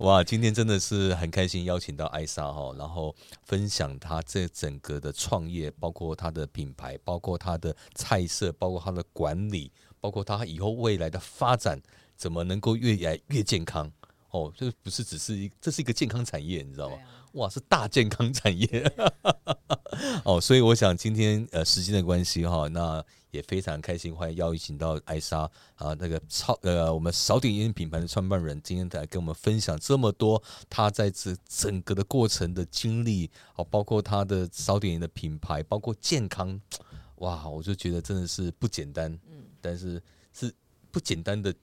S1: 哇，今天真的是很开心，邀请到艾莎哈，然后分享她这整个的创业，包括她的品牌，包括她的菜色，包括她的管理，包括她以后未来的发展，怎么能够越来越健康哦？这不是只是一，这是一个健康产业，你知道
S2: 对
S1: 吗？
S2: 啊。
S1: 哇，是大健康产业 哦，所以我想今天呃时间的关系哈、那也非常开心，欢迎邀请到艾莎啊那个超呃我们少点烟品牌的创办人，今天来跟我们分享这么多她在这整个的过程的经历，哦，包括她的少点烟的品牌，包括健康，哇，我就觉得真的是不简单，嗯，但是是不简单的，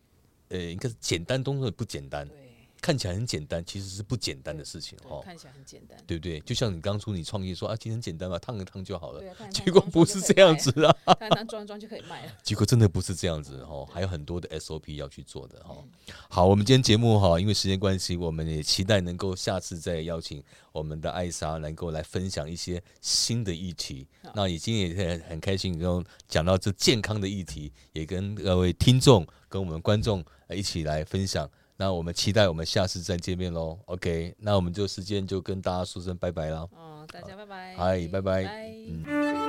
S1: 呃，应该是简单中的不简单，
S2: 对
S1: 看起来很简单，其实是不简单的事情
S2: 对，
S1: 哦。
S2: 看起来很简 单。
S1: 对不对？就像你当初你创业说啊，今天简单嘛，烫个汤就好了
S2: 对，啊，看
S1: 结果不是这样，子 啊，
S2: 看当装一装就可以卖了。
S1: 结果真的不是这样子哦，还有很多的 SOP 要去做的哦。好，我们今天节目哈，因为时间关系，我们也期待能够下次再邀请我们的艾莎能够来分享一些新的议题。那已经也很很开心，能够讲到这健康的议题，也跟各位听众跟我们观众呃一起来分享。那我们期待我们下次再见面喽。OK，那我们就时间就跟大家说声拜拜啦。
S2: 哦，大家拜拜，
S1: 嗨拜拜
S2: 拜。
S1: 嗯